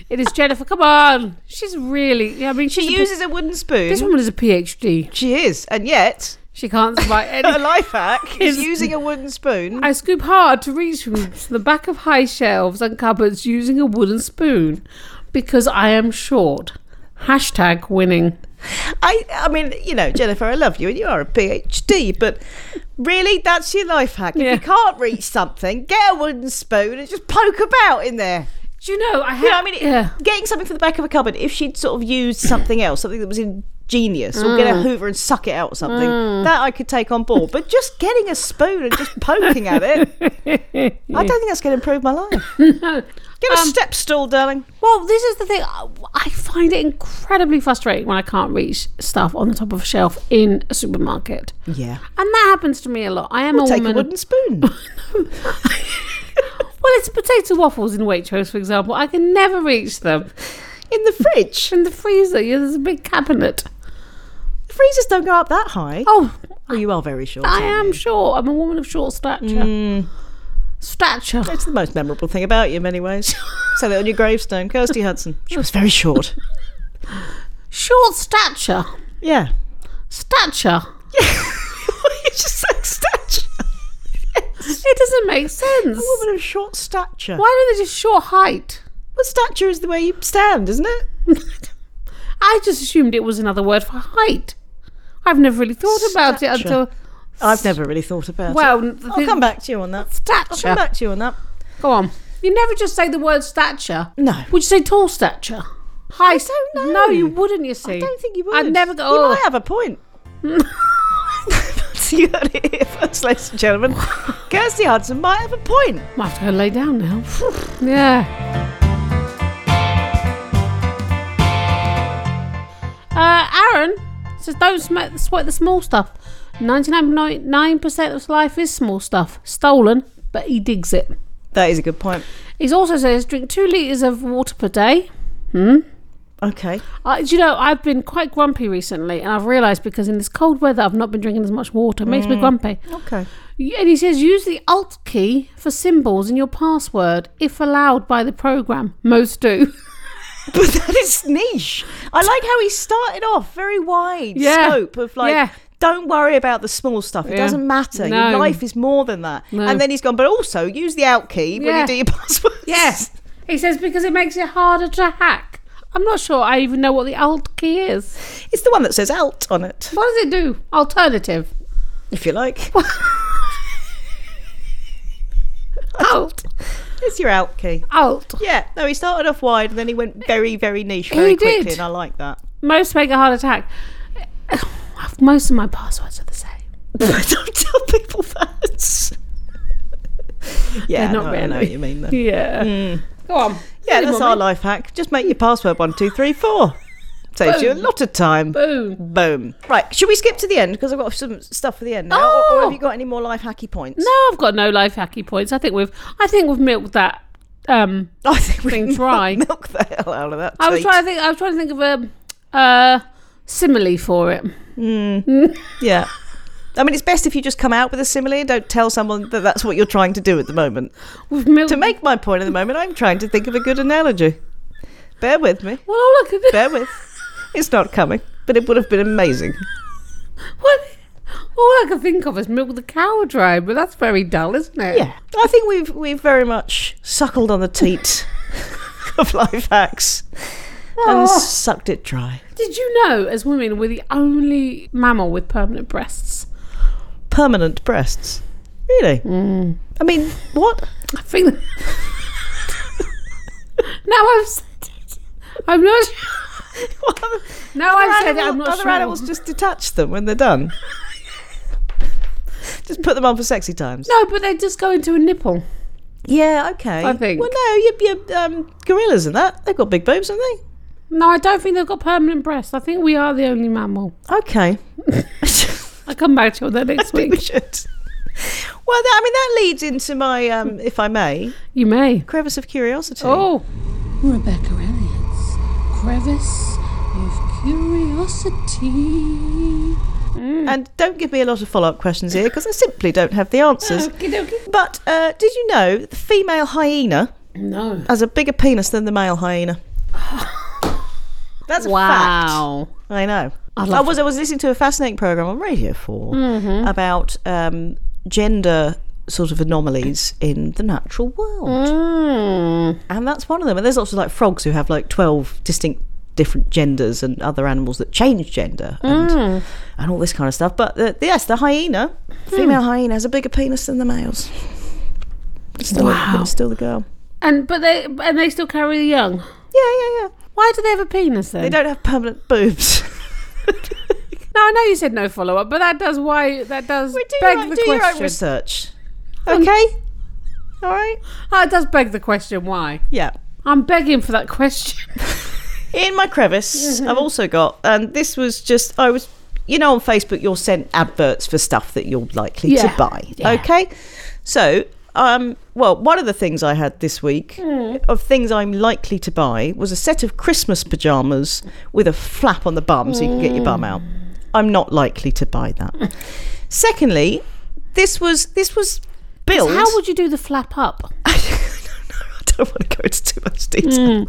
Speaker 2: It is Jennifer. Come on. She's really. I mean, she's
Speaker 1: She
Speaker 2: a-
Speaker 1: uses a wooden spoon.
Speaker 2: This woman is a PhD.
Speaker 1: she is, and yet
Speaker 2: She can't
Speaker 1: [laughs]
Speaker 2: survive
Speaker 1: her
Speaker 2: any.
Speaker 1: life hack is
Speaker 2: [laughs] Is-
Speaker 1: using a wooden spoon.
Speaker 2: I scoop hard to reach from the back of high shelves and cupboards using a wooden spoon because I am short. Hashtag winning.
Speaker 1: I, I mean, you know, Jennifer, I love you, and you are a PhD, but really, that's your life hack. If
Speaker 2: Yeah.
Speaker 1: you can't reach something, get a wooden spoon and just poke about in there.
Speaker 2: Do you know? I have.
Speaker 1: You know, I mean, it-
Speaker 2: yeah.
Speaker 1: getting something from the back of a cupboard, if she'd sort of used something else, something that was ingenious, or get
Speaker 2: Mm.
Speaker 1: a hoover and suck it out or something, that I could take on board. But just getting a spoon and just poking at
Speaker 2: [laughs]
Speaker 1: it, I don't think that's going to improve my life. Get
Speaker 2: Um,
Speaker 1: a step stool, darling.
Speaker 2: Well, this is the thing. I I find it incredibly frustrating when I can't reach stuff on the top of a shelf in a supermarket.
Speaker 1: Yeah.
Speaker 2: And that happens to me a lot. I am a [laughs]
Speaker 1: Take
Speaker 2: woman.
Speaker 1: a wooden spoon.
Speaker 2: Well, it's potato waffles in Waitrose, for example. I can never reach them.
Speaker 1: in the fridge.
Speaker 2: In the freezer, yeah, there's a big cabinet.
Speaker 1: The freezers don't go up that high.
Speaker 2: Oh,
Speaker 1: Oh, you are very short.
Speaker 2: I
Speaker 1: aren't you?
Speaker 2: am short. I'm a woman of short stature.
Speaker 1: Mm.
Speaker 2: Stature.
Speaker 1: It's the most memorable thing about you, in many
Speaker 2: [laughs]
Speaker 1: ways. Say that on your gravestone, Kirsty Hudson. She was very short.
Speaker 2: Short stature.
Speaker 1: Yeah. [laughs]
Speaker 2: Stature.
Speaker 1: you just said [laughs] stature.
Speaker 2: It doesn't make sense.
Speaker 1: Woman of short stature.
Speaker 2: Why don't they just short height?
Speaker 1: Well, stature is the way you stand, isn't it?
Speaker 2: I just assumed it was another word for height. I've never really thought about it
Speaker 1: Stature.
Speaker 2: until.
Speaker 1: I've never really thought about it.
Speaker 2: Well, the,
Speaker 1: I'll come back to you on that. I'll come
Speaker 2: stature.
Speaker 1: back to you on that.
Speaker 2: Go on. You never just say the word stature.
Speaker 1: No.
Speaker 2: Would you say tall stature? High. I
Speaker 1: don't know.
Speaker 2: No, you wouldn't. You see.
Speaker 1: I don't think you would.
Speaker 2: I'd never go.
Speaker 1: You
Speaker 2: Oh,
Speaker 1: might have a [laughs] point. you heard it here first, ladies and [laughs] gentlemen. Kirsty Hudson might have a point.
Speaker 2: might have to go lay down now. yeah. Uh, Aaron says, "Don't sm- sweat the small stuff. Ninety-nine percent of life is small stuff, stolen, but he digs it."
Speaker 1: That is a good point.
Speaker 2: He also says, "Drink two liters of water per day."
Speaker 1: Okay.
Speaker 2: I, do you know, I've been quite grumpy recently, and I've realised because in this cold weather, I've not been drinking as much water. It makes me grumpy.
Speaker 1: Okay.
Speaker 2: And he says, use the Alt key for symbols in your password if allowed by the program. Most do. [laughs]
Speaker 1: [laughs] But that is niche. I like how he started off very wide
Speaker 2: Yeah.
Speaker 1: scope of like.
Speaker 2: Yeah.
Speaker 1: Don't worry about the small stuff. It
Speaker 2: Yeah.
Speaker 1: doesn't matter.
Speaker 2: No.
Speaker 1: Your life is more than that.
Speaker 2: No.
Speaker 1: And then he's gone, but also use the out key when
Speaker 2: Yeah.
Speaker 1: you do your [laughs] password.
Speaker 2: Yes. He says, because it makes it harder to hack. I'm not sure I even know what the Alt key is.
Speaker 1: It's the one that says out on it,
Speaker 2: What does it do? Alternative.
Speaker 1: if you like.
Speaker 2: Alt.
Speaker 1: [laughs] It's your out key.
Speaker 2: Alt.
Speaker 1: Yeah, no, he started off wide and then he went very, very niche very
Speaker 2: He
Speaker 1: quickly,
Speaker 2: did.
Speaker 1: and I like that. [laughs]
Speaker 2: Most make a heart attack. [sighs] Most of my passwords are the same.
Speaker 1: Don't tell people that. [laughs] yeah,
Speaker 2: They're not
Speaker 1: no, I know
Speaker 2: really.
Speaker 1: what you mean. Though.
Speaker 2: Yeah. Go on.
Speaker 1: Yeah,
Speaker 2: Any
Speaker 1: that's
Speaker 2: more,
Speaker 1: our
Speaker 2: mate?
Speaker 1: life hack. Just make your password one, two, three, four. Saves you a lot of time.
Speaker 2: Boom.
Speaker 1: Boom. Right, should we skip to the end? Because I've got some stuff for the end now. Or, or
Speaker 2: Oh!
Speaker 1: have you got any more life hacky points?
Speaker 2: No, I've got no life hacky points. I think we've I think we've milked that. Um,
Speaker 1: [laughs] I think we
Speaker 2: Thing
Speaker 1: can [laughs]
Speaker 2: dry.
Speaker 1: milk the hell out of that.
Speaker 2: I was
Speaker 1: tweet.
Speaker 2: trying to think. I was trying to think of a uh, simile for it.
Speaker 1: Yeah. I mean, it's best if you just come out with a simile and don't tell someone that that's what you're trying to do at the moment.
Speaker 2: We've milked.
Speaker 1: To make my point at the moment, I'm trying to think of a good analogy. Bear with me.
Speaker 2: well, oh, look at this.
Speaker 1: Bear with. It's not coming, but it would have been amazing.
Speaker 2: [laughs] What? All I can think of is milk the cow dry, but that's very dull, isn't it?
Speaker 1: Yeah, I think we've we've very much suckled on the
Speaker 2: [laughs]
Speaker 1: teat of life hacks and
Speaker 2: Oh.
Speaker 1: sucked it dry.
Speaker 2: Did you know, as women, we're the only mammal with permanent breasts?
Speaker 1: Permanent breasts, really?
Speaker 2: Mm.
Speaker 1: I mean,
Speaker 2: [laughs]
Speaker 1: what?
Speaker 2: I think. That now I've said it. I'm not.
Speaker 1: What other-
Speaker 2: Now I've said it.
Speaker 1: animal-
Speaker 2: I'm not
Speaker 1: other
Speaker 2: sure.
Speaker 1: animals just detach them when they're
Speaker 2: [laughs]
Speaker 1: done. just put them on for sexy times.
Speaker 2: No, but they just go into a nipple.
Speaker 1: Yeah, okay.
Speaker 2: I think.
Speaker 1: Well, no, you, you um, gorillas and that they've got big boobs, haven't they?
Speaker 2: No, I don't think they've got permanent breasts. I think we are the only mammal. [laughs]
Speaker 1: Okay. [laughs]
Speaker 2: I'll come back to you on that next
Speaker 1: think we
Speaker 2: week.
Speaker 1: should. Well, that, I mean, that leads into my, um, if I may,
Speaker 2: You may.
Speaker 1: crevice of curiosity.
Speaker 2: Oh,
Speaker 4: Rebecca Elliott's crevice of curiosity.
Speaker 1: And don't give me a lot of follow up questions here because I simply don't have the
Speaker 2: [laughs]
Speaker 1: answers. But uh, did you know the female hyena
Speaker 2: no.
Speaker 1: has a bigger penis than the male
Speaker 2: [laughs]
Speaker 1: hyena? That's a fact.
Speaker 2: Wow.
Speaker 1: I know. I,
Speaker 2: love Mm-hmm.
Speaker 1: was I was listening to a fascinating program on Radio 4 about um, gender sort of anomalies in the natural world,
Speaker 2: Mm.
Speaker 1: and that's one of them. And there's lots of like frogs who have like twelve distinct different genders, and other animals that change gender, and
Speaker 2: Mm.
Speaker 1: and all this kind of stuff. But uh, yes, the hyena,
Speaker 2: Hmm.
Speaker 1: female hyena, has a bigger penis than the males. It's still,
Speaker 2: Wow.
Speaker 1: it's still the girl.
Speaker 2: And but they and they still carry the young.
Speaker 1: Yeah, yeah, yeah.
Speaker 2: Why do they have a penis then?
Speaker 1: They don't have permanent boobs. [laughs]
Speaker 2: No, I know you said no follow up, but that does why that does
Speaker 1: do
Speaker 2: beg
Speaker 1: your own,
Speaker 2: the
Speaker 1: do your own
Speaker 2: question. Um,
Speaker 1: research. Okay. All right.
Speaker 2: Oh, it does beg the question why.
Speaker 1: Yeah.
Speaker 2: I'm begging for that question.
Speaker 1: In my crevice,
Speaker 2: Mm-hmm.
Speaker 1: I've also got, and this was just, I was, you know, on Facebook, you're sent adverts for stuff that you're likely
Speaker 2: Yeah.
Speaker 1: to buy. Okay. So um, well, one of the things I had this week
Speaker 2: Mm.
Speaker 1: of things I'm likely to buy was a set of Christmas pajamas with a flap on the bum so you can get your bum
Speaker 2: Mm.
Speaker 1: out. I'm not likely to buy
Speaker 2: [laughs]
Speaker 1: that. Secondly, this was this was built.
Speaker 2: How would you do the flap up?
Speaker 1: [laughs] I don't want to go into too much detail.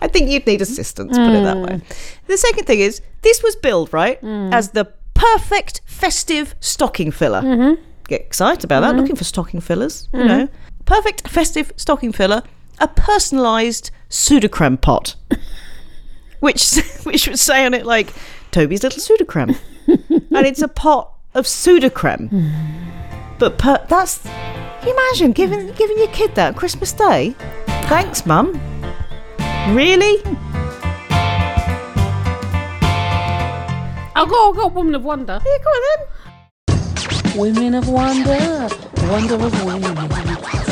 Speaker 1: I think you'd need assistance, put it that way. The second thing is, this was billed, right, as the perfect festive stocking filler. Get excited about that, looking for stocking fillers, you know. Perfect festive stocking filler, a personalised pseudocreme pot, which, [laughs] which would say on it, like, Toby's little pseudocreme. and it's a pot of pseudocreme. but per- that's can you imagine giving giving your kid that on Christmas Day? Thanks, Mum. Really?
Speaker 2: I'll go, I'll go, woman of wonder.
Speaker 1: Yeah, go on then.
Speaker 4: Women of wonder, wonder of women.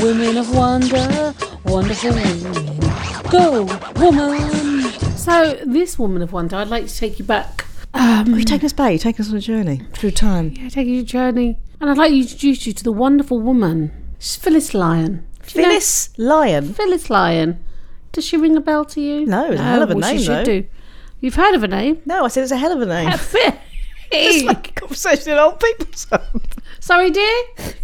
Speaker 4: Women of wonder, wonderful women.
Speaker 2: Oh,
Speaker 4: Go, woman!
Speaker 2: So, this woman of wonder, I'd like to take you back. Um,
Speaker 1: You're taking us back. You're taking us on a journey through time.
Speaker 2: I take you on a journey, and I'd like to introduce you to the wonderful woman, She's Phyllis Lyon. Do you know
Speaker 1: Phyllis Lyon.
Speaker 2: Phyllis Lyon. Does she ring a bell to you?
Speaker 1: No, it's a hell of a
Speaker 2: well,
Speaker 1: name,
Speaker 2: She should
Speaker 1: though.
Speaker 2: do. You've heard of
Speaker 1: [laughs]
Speaker 2: her name?
Speaker 1: No, I said it's a hell of a name. [laughs] It's like a conversation in old people's home.
Speaker 2: Sorry, dear.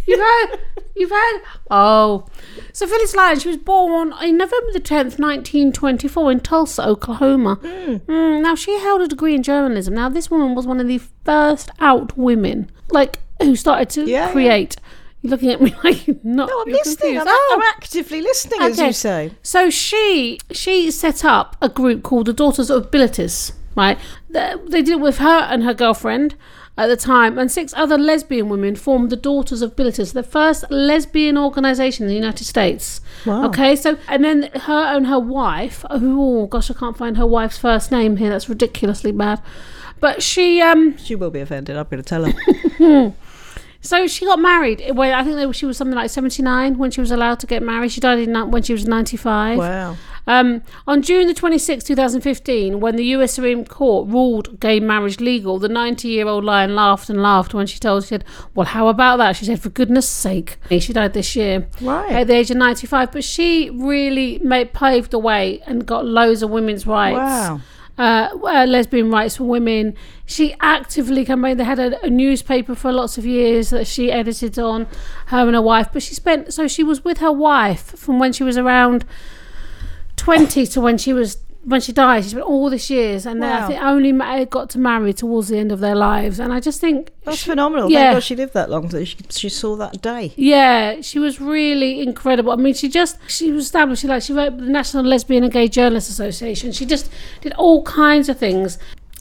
Speaker 2: You've heard. You've heard. Oh, so Phyllis Lyon. She was born on November the tenth, nineteen twenty-four, in Tulsa, Oklahoma.
Speaker 1: Hmm.
Speaker 2: Mm, now she held a degree in journalism. Now this woman was one of the first out women, like who started to
Speaker 1: Yeah, yeah.
Speaker 2: create. You're looking at me [laughs] like you're not.
Speaker 1: No, I'm
Speaker 2: you're
Speaker 1: listening. I'm,
Speaker 2: confused. Oh.
Speaker 1: I'm actively listening, as
Speaker 2: Okay.
Speaker 1: you say.
Speaker 2: So she she set up a group called the Daughters of Bilitis, right? They, they did it with her and her girlfriend at the time, and six other lesbian women formed the Daughters of Bilitis, the first lesbian organization in the United States.
Speaker 1: Wow.
Speaker 2: Okay, so and then her and her wife, who oh gosh, I can't find her wife's first name here. That's ridiculously bad. But she um
Speaker 1: She will be offended. I'm going to [laughs] tell her.
Speaker 2: so she got married. Well, I think they- she was something like seventy nine when she was allowed to get married. She died in ni- when she was ninety five.
Speaker 1: wow.
Speaker 2: Um, on June the 26th, 2015, when the US Supreme Court ruled gay marriage legal, the 90 year old Lyon laughed and laughed when she told, she said, Well, how about that? She said, For goodness sake. She died this year
Speaker 1: Right.
Speaker 2: at the age of 95, but she really made, paved the way and got loads of women's rights
Speaker 1: Wow.
Speaker 2: uh, uh, lesbian rights for women. She actively campaigned. They had a, a newspaper for lots of years that she edited on, her and her wife. But she spent, so she was with her wife from when she was around 20 to when she was. When she died, she spent all this years, and then I
Speaker 1: Wow.
Speaker 2: think only ma- uh, got to marry towards the end of their lives. And I just think
Speaker 1: That's
Speaker 2: she-
Speaker 1: phenomenal.
Speaker 2: yeah.
Speaker 1: Thank God she lived that long. So she, she saw that day.
Speaker 2: yeah, she was really incredible. I mean, she just she was established. She like she wrote the National Lesbian and Gay Journalists Association. She just did all kinds of things.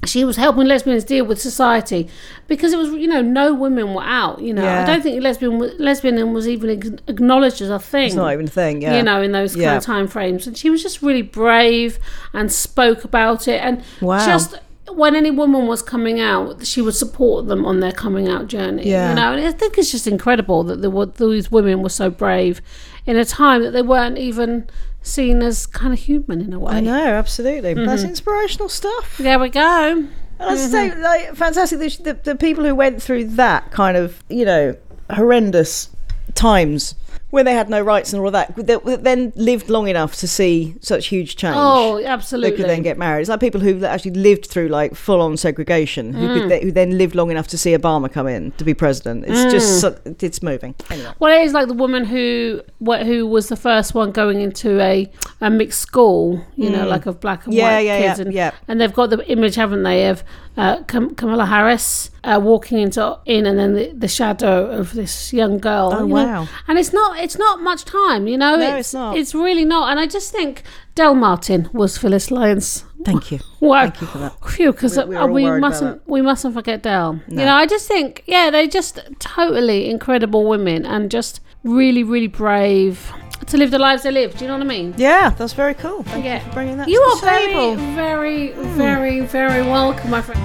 Speaker 2: She was helping lesbians deal with society because it was you know no women were out. You know, I
Speaker 1: Yeah.
Speaker 2: don't think lesbian lesbian was even ag- acknowledged as a thing
Speaker 1: It's not even a thing. Yeah.
Speaker 2: you know, in those kind
Speaker 1: Yeah.
Speaker 2: of time frames. And she was just really brave and spoke about it. And
Speaker 1: Wow.
Speaker 2: just when any woman was coming out, she would support them on their coming out journey.
Speaker 1: Yeah.
Speaker 2: You know, and I think it's just incredible that there were, these women were so brave in a time that they weren't even seen as kind of human in a way.
Speaker 1: I know, absolutely. That's inspirational stuff.
Speaker 2: There we go.
Speaker 1: And
Speaker 2: Mm-hmm.
Speaker 1: I say, like, fantastic. The, the, the people who went through that kind of, you know, horrendous times when they had no rights and all that, that that then lived long enough to see such huge change.
Speaker 2: Oh,
Speaker 1: They
Speaker 2: absolutely.
Speaker 1: could then get married. It's like people who actually lived through like full on segregation, who,
Speaker 2: Mm.
Speaker 1: could th- who then lived long enough to see Obama come in to be president.
Speaker 2: Mm.
Speaker 1: It's just, so, it's moving. Anyway.
Speaker 2: Well, it is like the woman who wh- who was the first one going into a, a mixed school, you know, like of black and
Speaker 1: Mm. Yeah,
Speaker 2: white
Speaker 1: yeah,
Speaker 2: kids,
Speaker 1: yeah,
Speaker 2: and
Speaker 1: yeah.
Speaker 2: and they've got the image, haven't they, of uh, Cam- Kamala Harris uh, walking into in, and then the, the shadow of this young girl.
Speaker 1: Oh,
Speaker 2: you know.
Speaker 1: wow.
Speaker 2: And it's not it's not much time, you know.
Speaker 1: it's not.
Speaker 2: It's really not. And I just think Del Martin was Phyllis Lyons.
Speaker 1: Thank you.
Speaker 2: Wow.
Speaker 1: Thank you for that.
Speaker 2: Phew, because
Speaker 1: We- we
Speaker 2: we,
Speaker 1: were all worried about
Speaker 2: mustn't we mustn't forget Dell. You know, I just think yeah, they're just totally incredible women and just really really brave to live the lives they live. Do you know what I mean?
Speaker 1: Yeah, that's very cool. Thank
Speaker 2: Yeah.
Speaker 1: you for bringing that
Speaker 2: You
Speaker 1: to
Speaker 2: are
Speaker 1: the
Speaker 2: very
Speaker 1: table. Mm.
Speaker 2: very very very welcome, my friend.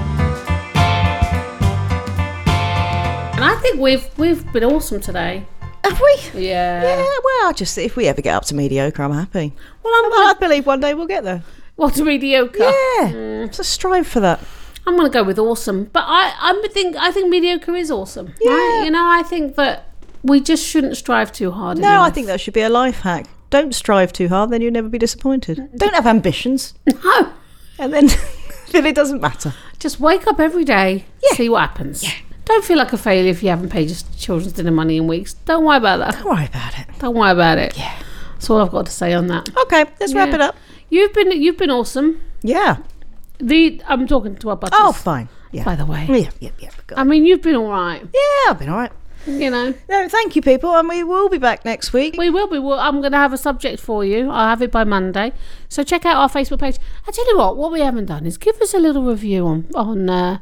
Speaker 2: And I think we've we've been awesome today.
Speaker 1: Have we?
Speaker 2: Yeah.
Speaker 1: Yeah, well, just if we ever get up to mediocre, I'm happy.
Speaker 2: Well, I'm
Speaker 1: I
Speaker 2: gonna
Speaker 1: believe one day we'll get there.
Speaker 2: well to mediocre.
Speaker 1: Yeah,
Speaker 2: Mm.
Speaker 1: so strive for that.
Speaker 2: I'm gonna go with awesome, but I I think I think mediocre is awesome.
Speaker 1: Yeah.
Speaker 2: Right? You know, I think that we just shouldn't strive too hard. in
Speaker 1: No, I
Speaker 2: life.
Speaker 1: think that should be a life hack. Don't strive too hard, then you'll never be disappointed. Mm, Don't have [laughs] ambitions,
Speaker 2: no.
Speaker 1: and then [laughs] then it doesn't matter.
Speaker 2: Just wake up every day, see what happens. Don't feel like a failure if you haven't paid your children's dinner money in weeks. Don't worry about that.
Speaker 1: Don't worry about it.
Speaker 2: Don't worry about it. Yeah. That's all I've got to say on that.
Speaker 1: Okay, let's wrap
Speaker 2: Yeah.
Speaker 1: it up.
Speaker 2: You've been you've been awesome.
Speaker 1: Yeah.
Speaker 2: The I'm talking to our butters.
Speaker 1: Oh, fine. Yeah.
Speaker 2: by the way.
Speaker 1: Yeah, yeah, yeah. Go on.
Speaker 2: I mean, you've been all right.
Speaker 1: Yeah, I've been all right.
Speaker 2: You know,
Speaker 1: No, thank you, people, and we will be back next week.
Speaker 2: we will be. Well, I'm going to have a subject for you. I'll have it by Monday. So check out our Facebook page. I tell you what, what we haven't done is give us a little review on on uh,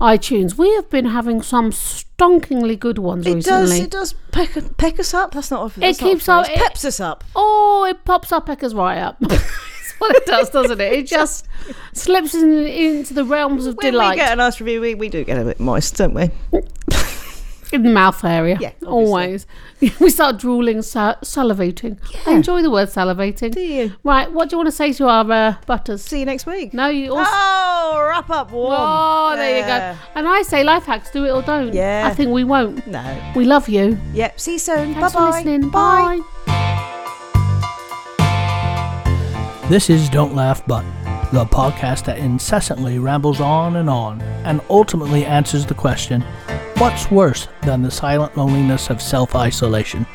Speaker 2: iTunes. We have been having some stonkingly good ones
Speaker 1: It
Speaker 2: recently.
Speaker 1: does. It does peck, peck us up. That's not. A, that's
Speaker 2: keeps
Speaker 1: not a
Speaker 2: our-
Speaker 1: phrase.
Speaker 2: it-
Speaker 1: peps us up.
Speaker 2: Oh, it pops our peckers right up. [laughs] That's what it does, doesn't it? It
Speaker 1: [laughs]
Speaker 2: just slips in, into the realms of
Speaker 1: When we
Speaker 2: delight
Speaker 1: get a nice review, we, we do get a bit moist, don't we?
Speaker 2: in the mouth area.
Speaker 1: Yeah, obviously.
Speaker 2: always. [laughs] we start drooling, sa- salivating. I enjoy the word salivating.
Speaker 1: Do you?
Speaker 2: Right, what do you want to say to our uh, butters?
Speaker 1: See you next week.
Speaker 2: No, you also.
Speaker 1: Oh, wrap up warm.
Speaker 2: Oh, there
Speaker 1: Yeah.
Speaker 2: you go. And I say life hacks, do it or don't.
Speaker 1: Yeah.
Speaker 2: I think we won't.
Speaker 1: No.
Speaker 2: We love you.
Speaker 1: Yep. See you soon.
Speaker 2: Thanks
Speaker 1: Bye-bye.
Speaker 2: for listening.
Speaker 1: Bye.
Speaker 2: Bye.
Speaker 3: This is Don't Laugh But, the podcast that incessantly rambles on and on and ultimately answers the question what's worse than the silent loneliness of self isolation?